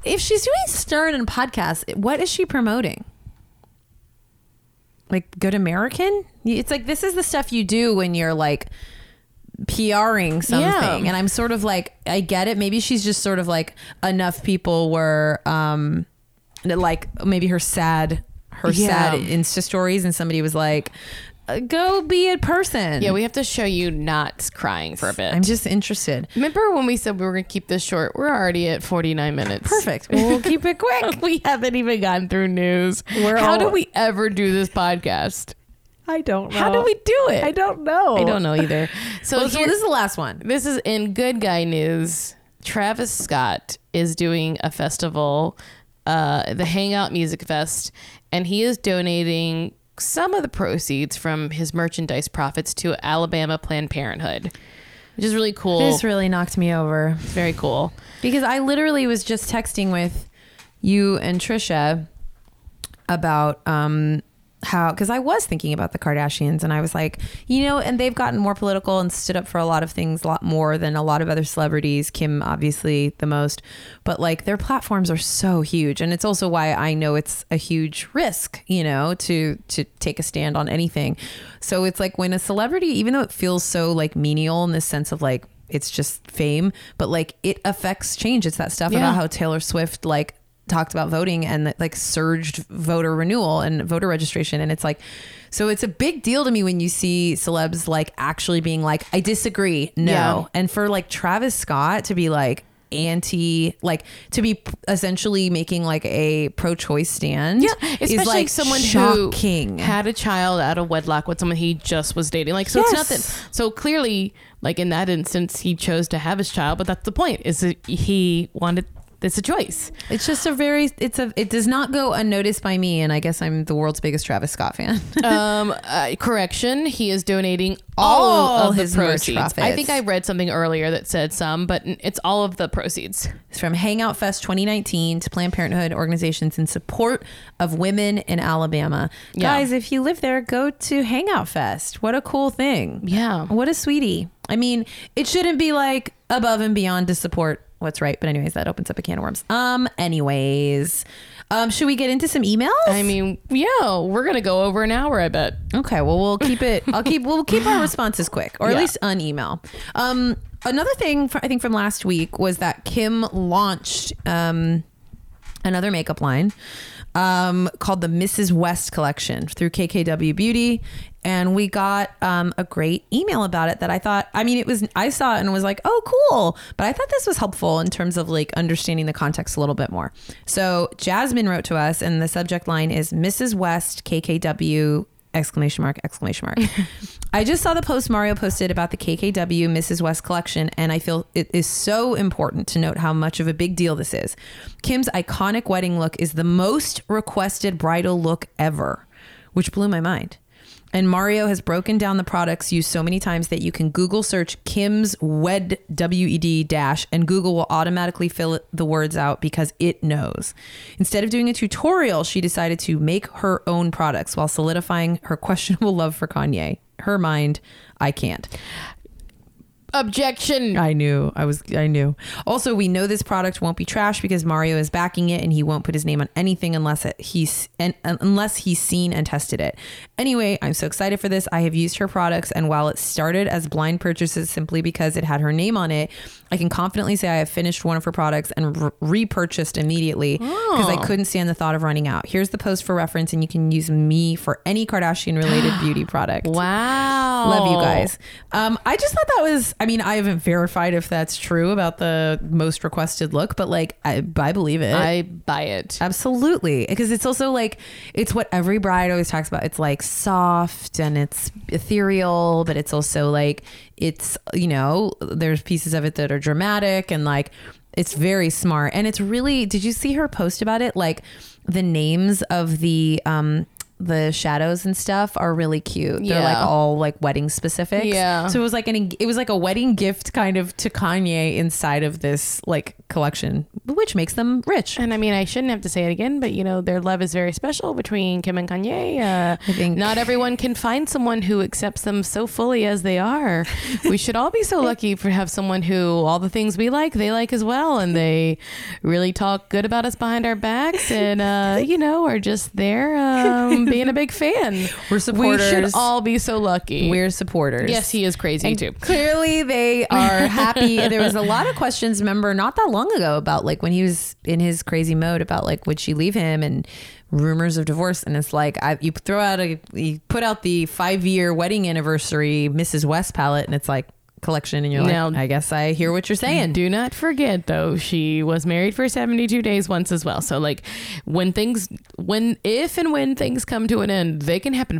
[SPEAKER 3] If she's doing Stern and podcasts, what is she promoting? Like good American? It's like this is the stuff you do when you're like PRing something.
[SPEAKER 2] Yeah.
[SPEAKER 3] And I'm sort of like, I get it. Maybe she's just sort of like enough people were um like maybe her sad her
[SPEAKER 2] Yeah.
[SPEAKER 3] sad Insta stories and somebody was like, uh, go be a person.
[SPEAKER 2] Yeah, we have to show you not crying for a bit.
[SPEAKER 3] I'm just interested.
[SPEAKER 2] Remember when we said we were going to keep this short? We're already at 49 minutes.
[SPEAKER 3] Perfect. We'll keep it quick.
[SPEAKER 2] we haven't even gotten through news.
[SPEAKER 1] We're
[SPEAKER 2] How
[SPEAKER 1] all-
[SPEAKER 2] do we ever do this podcast?
[SPEAKER 1] I don't know.
[SPEAKER 2] How do we do it?
[SPEAKER 1] I don't know.
[SPEAKER 2] I don't know either. So
[SPEAKER 3] Well, so
[SPEAKER 2] here-
[SPEAKER 3] this is the last one.
[SPEAKER 2] This is in good guy news. Travis Scott is doing a festival, uh, the Hangout Music Fest, and he is donating some of the proceeds from his merchandise profits to Alabama Planned Parenthood, which is really cool.
[SPEAKER 3] This really knocked me over.
[SPEAKER 2] It's very cool.
[SPEAKER 3] Because I literally was just texting with you and Trisha about um how because I was thinking about the Kardashians and I was like, you know, and they've gotten more political and stood up for a lot of things a lot more than a lot of other celebrities, Kim obviously the most, but like their platforms are so huge and it's also why I know it's a huge risk, you know, to to take a stand on anything. So it's like when a celebrity even though it feels so like menial in the sense of like it's just fame, but like it affects change. It's that stuff
[SPEAKER 2] Yeah.
[SPEAKER 3] about how Taylor Swift like talked about voting and like surged voter renewal and voter registration and it's like so it's a big deal to me when you see celebs like actually being like I disagree no
[SPEAKER 2] Yeah.
[SPEAKER 3] and for like Travis Scott to be like anti like to be essentially making like a pro choice stand
[SPEAKER 2] especially
[SPEAKER 3] is like
[SPEAKER 2] someone
[SPEAKER 3] shocking
[SPEAKER 2] who had a child out of wedlock with someone he just was dating. Like, so it's not
[SPEAKER 3] Yes.
[SPEAKER 2] that. So clearly, like in that instance, he chose to have his child, but that's the point. Is that he wanted? It's a choice.
[SPEAKER 3] it's just a very it's a it does not go unnoticed by me and I guess I'm the world's biggest Travis Scott fan
[SPEAKER 2] um, uh, correction, he is donating all,
[SPEAKER 3] All
[SPEAKER 2] of
[SPEAKER 3] his
[SPEAKER 2] the
[SPEAKER 3] merch
[SPEAKER 2] proceeds. I
[SPEAKER 3] profits.
[SPEAKER 2] think I read something earlier that said some, but n- it's all of the proceeds.
[SPEAKER 3] It's from Hangout Fest 2019 to Planned Parenthood organizations in support of women in Alabama.
[SPEAKER 2] Yeah.
[SPEAKER 3] Guys, if you live there, go to Hangout Fest. What a cool thing.
[SPEAKER 2] Yeah.
[SPEAKER 3] What a sweetie. I mean, it shouldn't be like above and beyond to support what's right. But anyways, that opens up a can of worms. Um, anyways. Um, should we get into some emails?
[SPEAKER 2] I mean, yeah, we're gonna go over an hour, I bet.
[SPEAKER 3] Okay, well we'll keep it. I'll keep we'll keep our responses quick, or at
[SPEAKER 2] Yeah.
[SPEAKER 3] least on email. Um, another thing fr I think from last week was that Kim launched um, another makeup line um, called the Mrs. West collection through KKW Beauty, and we got um, a great email about it that I thought. I mean, it was I saw it and was like, oh, cool. But I thought this was helpful in terms of like understanding the context a little bit more. So Jasmine wrote to us, and the subject line is Mrs. West KKW exclamation mark exclamation mark i just saw the post mario posted about the kkw mrs west collection and i feel it is so important to note how much of a big deal this is kim's iconic wedding look is the most requested bridal look ever which blew my mind and Mario has broken down the products used so many times that you can Google search Kim's Wed WED dash and Google will automatically fill it- the words out because it knows. Instead of doing a tutorial, she decided to make her own products while solidifying her questionable love for Kanye. Her mind, I can't.
[SPEAKER 2] Objection.
[SPEAKER 3] I knew. I was. I knew. Also, we know this product won't be trash because Mario is backing it, and he won't put his name on anything unless it, he's and unless he's seen and tested it. Anyway, I'm so excited for this. I have used her products, and while it started as blind purchases simply because it had her name on it, I can confidently say I have finished one of her products and re- repurchased immediately because I couldn't stand the thought of running out. Here's the post for reference, and you can use me for any Kardashian-related beauty product.
[SPEAKER 2] Wow.
[SPEAKER 3] Love you guys. Um, I just thought that was. I mean, I haven't verified if that's true about the most requested look, but like, I, I believe it.
[SPEAKER 2] I buy it.
[SPEAKER 3] Absolutely, because it's also like it's what every bride always talks about. It's like soft and it's ethereal, but it's also like it's you know there's pieces of it that are dramatic and like it's very smart and it's really. Did you see her post about it? Like the names of the um the shadows and stuff are really cute. They're like
[SPEAKER 2] Yeah.
[SPEAKER 3] all like wedding specific.
[SPEAKER 2] Yeah.
[SPEAKER 3] So it was like an it was like a wedding gift kind of to Kanye inside of this like collection, which makes them rich.
[SPEAKER 2] And I mean, I shouldn't have to say it again, but you know, their love is very special between Kim and Kanye. Uh,
[SPEAKER 3] I think-
[SPEAKER 2] not everyone can find someone who accepts them so fully as they are. we should all be so lucky for have someone who all the things we like, they like as well, and they really talk good about us behind our backs, and uh, you know, are just there um, being a big fan.
[SPEAKER 3] We're
[SPEAKER 2] We
[SPEAKER 3] supporters.
[SPEAKER 2] should all be so lucky.
[SPEAKER 3] We're supporters.
[SPEAKER 2] yes, he is crazy too.
[SPEAKER 3] Clearly, they are happy. there was a lot of questions, remember, not that long ago about like when he was in his crazy mode about like would she leave him and rumors of divorce. And it's like I, you throw out a you put out the five year wedding anniversary Mrs. West palette, and it's like collection, and you're like,
[SPEAKER 2] Now-
[SPEAKER 3] I guess I hear what you're saying.
[SPEAKER 2] Do not forget though, she was married for 72 days once as well. So like when things when if and when things come to an end, they can happen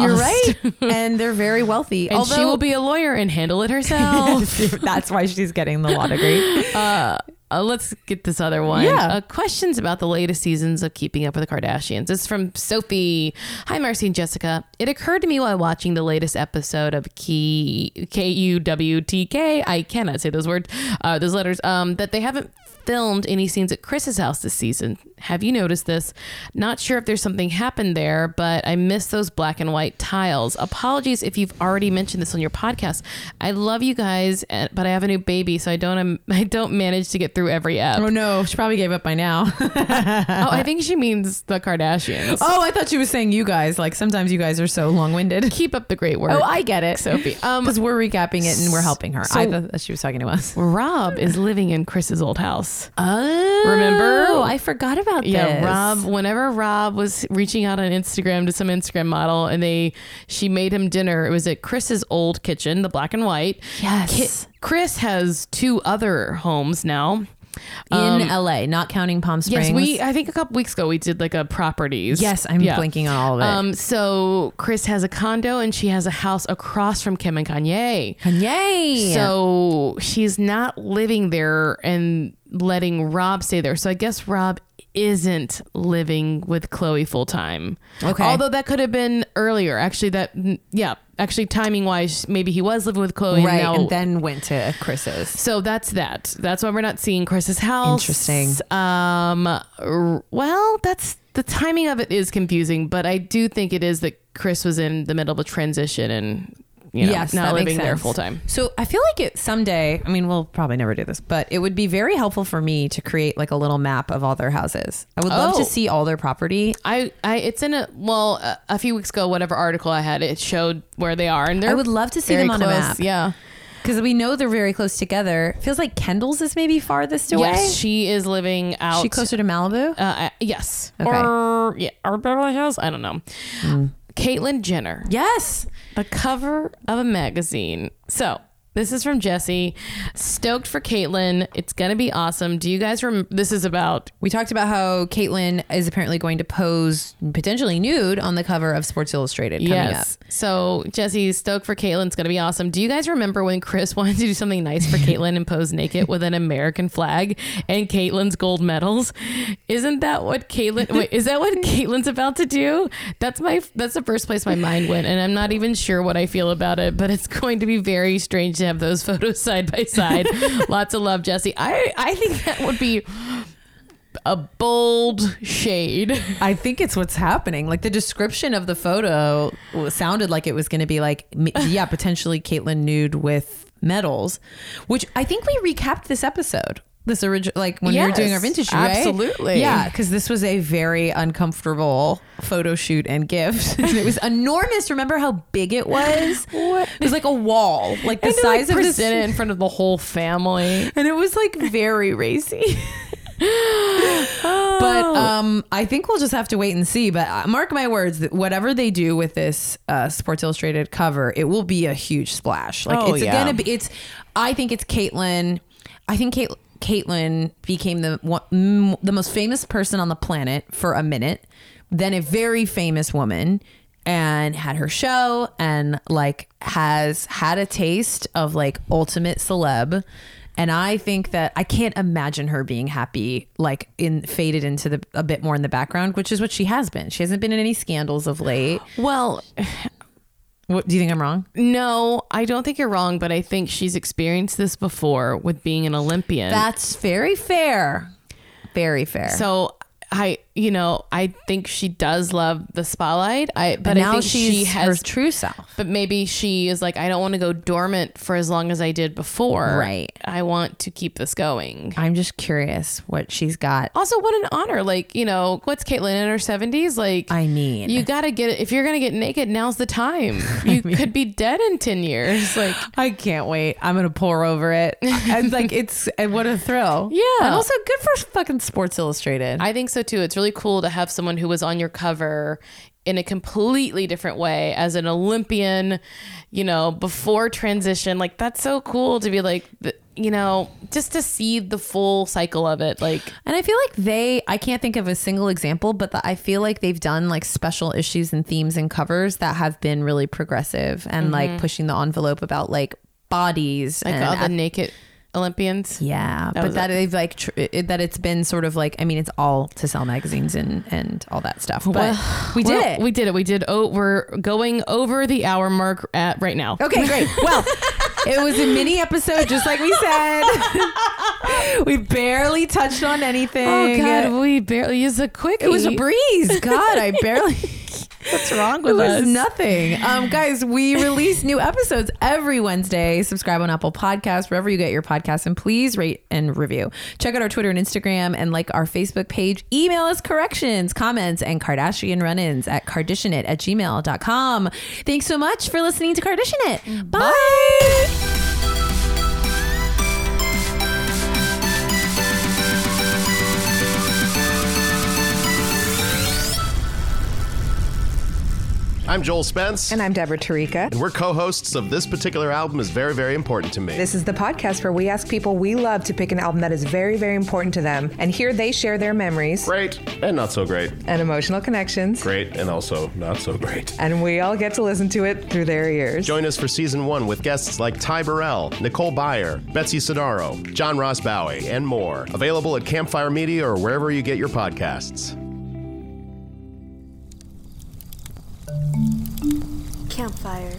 [SPEAKER 3] You're right, and they're very wealthy.
[SPEAKER 2] And
[SPEAKER 3] Although
[SPEAKER 2] she will be a lawyer and handle it herself.
[SPEAKER 3] that's why she's getting the law degree.
[SPEAKER 2] uh, uh, let's get this other one.
[SPEAKER 3] Yeah.
[SPEAKER 2] Uh, questions about the latest seasons of Keeping Up with the Kardashians. It's from Sophie. Hi, Marcy and Jessica. It occurred to me while watching the latest episode of Key K U W T K. I cannot say those words, uh, those letters. Um, that they haven't filmed any scenes at Chris's house this season. Have you noticed this? Not sure if there's something happened there, but I miss those black and white tiles. Apologies if you've already mentioned this on your podcast. I love you guys, and- but I have a new baby, so I don't um, I don't manage to get through every app.
[SPEAKER 3] Oh
[SPEAKER 2] oh,
[SPEAKER 3] no, she probably gave up by now.
[SPEAKER 2] I think she means the Kardashians.
[SPEAKER 3] oh, I thought she was saying you guys. Like sometimes you guys are so long winded.
[SPEAKER 2] Keep up the great work.
[SPEAKER 3] Oh, I get it.
[SPEAKER 2] Sophie. Um,
[SPEAKER 3] because we're recapping it and we're helping her.
[SPEAKER 2] so-
[SPEAKER 3] I thought that she was talking to us.
[SPEAKER 2] Rob is living in Chris's old house.
[SPEAKER 3] Oh,
[SPEAKER 2] Remember?
[SPEAKER 3] I forgot about
[SPEAKER 2] Yeah,
[SPEAKER 3] this.
[SPEAKER 2] Rob. Whenever Rob was reaching out on Instagram to some Instagram model, and they she made him dinner. It was at Chris's old kitchen, the black and white.
[SPEAKER 3] Yes.
[SPEAKER 2] Ki- Chris has two other homes now. Um,
[SPEAKER 3] in L.A., not counting Palm Springs.
[SPEAKER 2] Yes, we. I think a couple weeks ago we did like a properties.
[SPEAKER 3] Yes, I'm
[SPEAKER 2] Yeah.
[SPEAKER 3] blinking on all of it.
[SPEAKER 2] Um, so Chris has a condo and she has a house across from Kim and Kanye.
[SPEAKER 3] Kanye.
[SPEAKER 2] So she's not living there and letting Rob stay there. So I guess Rob isn't living with Chloe full time.
[SPEAKER 3] Okay.
[SPEAKER 2] Although that could have been earlier. Actually, that, mm, yeah, actually, timing wise, maybe he was living with Chloe.
[SPEAKER 3] right,
[SPEAKER 2] now-
[SPEAKER 3] and then went to Chris's.
[SPEAKER 2] so that's that. That's why we're not seeing Chris's house.
[SPEAKER 3] Interesting.
[SPEAKER 2] Um, r- well, that's the timing of it is confusing, but I do think it is that Chris was in the middle of a transition and you know,
[SPEAKER 3] Yes,
[SPEAKER 2] not
[SPEAKER 3] that makes
[SPEAKER 2] living there
[SPEAKER 3] sense.
[SPEAKER 2] full time.
[SPEAKER 3] So I feel like it someday. I mean, we'll probably never do this, but it would be very helpful for me to create like a little map of all their houses. I would love
[SPEAKER 2] Oh.
[SPEAKER 3] to see all their property.
[SPEAKER 2] I, I, it's in a well, a, a few weeks ago, whatever article I had, it showed where they are, and they're
[SPEAKER 3] I would love to see
[SPEAKER 2] very
[SPEAKER 3] them on a
[SPEAKER 2] close.
[SPEAKER 3] map.
[SPEAKER 2] Yeah,
[SPEAKER 3] Because we know they're very close together. Feels like Kendall's is maybe farthest away.
[SPEAKER 2] yes, she is living out.
[SPEAKER 3] she closer to Malibu.
[SPEAKER 2] uh, I- yes,
[SPEAKER 3] Okay. Hmm.
[SPEAKER 2] or yeah, or Beverly Hills. I don't know. Caitlyn Jenner.
[SPEAKER 3] Yes.
[SPEAKER 2] the cover of a magazine. So this is from Jesse. Stoked for Caitlyn. It's gonna be awesome. Do you guys remember? This is about
[SPEAKER 3] We talked about how Caitlyn is apparently going to pose potentially nude on the cover of Sports Illustrated coming
[SPEAKER 2] yes. So Jesse, stoked for Caitlyn. It's gonna be awesome. Do you guys remember when Chris wanted to do something nice for Caitlyn and pose naked with an American flag and Caitlyn's gold medals? Isn't that what Caitlyn? Wait, is that what Caitlyn's about to do? That's my. That's the first place my mind went, and I'm not even sure what I feel about it. But it's going to be very strange to have those photos side by side. Lots of love, Jesse. I I think that would be. A bold shade.
[SPEAKER 3] up. I think it's what's happening. Like the description of the photo w- sounded like it was going to be like, m- yeah, potentially Caitlyn nude with medals, which I think we recapped this episode. This original, like when we were doing
[SPEAKER 2] Yes,
[SPEAKER 3] our vintage shoot, right?
[SPEAKER 2] absolutely.
[SPEAKER 3] Yeah, because this was a very uncomfortable photo shoot and gift. and it was enormous. Remember how big it was?
[SPEAKER 2] What?
[SPEAKER 3] It was like a wall, like the
[SPEAKER 2] And to, like,
[SPEAKER 3] size of this.
[SPEAKER 2] present it in front of the whole family.
[SPEAKER 3] and it was like very racy. but um, I think we'll just have to wait and see. But uh, mark my words, that whatever they do with this uh, Sports Illustrated cover, it will be a huge splash. Like
[SPEAKER 2] Oh,
[SPEAKER 3] it's
[SPEAKER 2] yeah.
[SPEAKER 3] gonna be. It's. I think it's Caitlyn. I think Cait- Caitlyn became the one, mm, the most famous person on the planet for a minute, then a very famous woman. And had her show and like has had a taste of like ultimate celeb And I think that I can't imagine her being happy, like in faded into the a bit more in the background, which is what she has been. She hasn't been in any scandals of late.
[SPEAKER 2] Well,
[SPEAKER 3] What do you think I'm wrong?
[SPEAKER 2] no, I don't think you're wrong, but I think she's experienced this before with being an Olympian.
[SPEAKER 3] That's very fair. Very fair.
[SPEAKER 2] so I, you know, I think she does love the spotlight. I, but I
[SPEAKER 3] now
[SPEAKER 2] think
[SPEAKER 3] she's
[SPEAKER 2] she has
[SPEAKER 3] her true self.
[SPEAKER 2] But maybe she is like, I don't want to go dormant for as long as I did before.
[SPEAKER 3] Right.
[SPEAKER 2] I want to keep this going.
[SPEAKER 3] I'm just curious what she's got.
[SPEAKER 2] Also, what an honor. Like, you know, what's Caitlyn in her 70s? Like,
[SPEAKER 3] I mean,
[SPEAKER 2] you got to get, if you're going to get naked, now's the time. You could be dead in 10 years. Like,
[SPEAKER 3] I can't wait. I'm gonna pour over it. It's like it's and what a thrill.
[SPEAKER 2] Yeah.
[SPEAKER 3] and also good for fucking Sports Illustrated.
[SPEAKER 2] I think so too. It's really cool to have someone who was on your cover in a completely different way as an Olympian, you know, before transition. Like, that's so cool to be like, th- you know, just to see the full cycle of it. Like,
[SPEAKER 3] And I feel like they, I can't think of a single example, but the, I feel like they've done like special issues and themes and covers that have been really progressive and like pushing the envelope about like bodies
[SPEAKER 2] Mm-hmm. like
[SPEAKER 3] and
[SPEAKER 2] all the naked Olympians.
[SPEAKER 3] yeah, but
[SPEAKER 2] was
[SPEAKER 3] that they've like tr- it, that it's been sort of like I mean it's all to sell magazines and and all that stuff. But we did
[SPEAKER 2] Well,
[SPEAKER 3] it.
[SPEAKER 2] We did it. We did. Oh, we're going over the hour mark at right now.
[SPEAKER 3] Okay, great. Well, it was a mini episode, just like we said. we barely touched on
[SPEAKER 2] Oh
[SPEAKER 3] anything.
[SPEAKER 2] God, we barely used a quick.
[SPEAKER 3] it was a breeze. God, I barely.
[SPEAKER 2] What's wrong
[SPEAKER 3] It
[SPEAKER 2] with us?
[SPEAKER 3] was nothing. Um, guys, we release new episodes every Wednesday. Subscribe on Apple Podcasts, wherever you get your podcasts, and please rate and review. Check out our Twitter and Instagram and like our Facebook page. Email us corrections, comments, and Kardashian run ins at Kardashianit at gmail.com. Thanks so much for listening to Kardashian It. Bye.
[SPEAKER 4] I'm Joel Spence,
[SPEAKER 5] And I'm Deborah Tarika.
[SPEAKER 4] we're co hosts of This Particular Album is Very, Very Important to Me.
[SPEAKER 5] This is the podcast where we ask people we love to pick an album that is very, very important to them. And here they share their memories
[SPEAKER 4] great and not so great.
[SPEAKER 5] and emotional connections.
[SPEAKER 4] Great and also not so great.
[SPEAKER 5] And we all get to listen to it through their ears.
[SPEAKER 4] Join us for season one with guests like Ty Burrell, Nicole Byer, Betsy Sodaro, John Ross Bowie, and more. Available at Campfire Media or wherever you get your podcasts.
[SPEAKER 6] Campfire.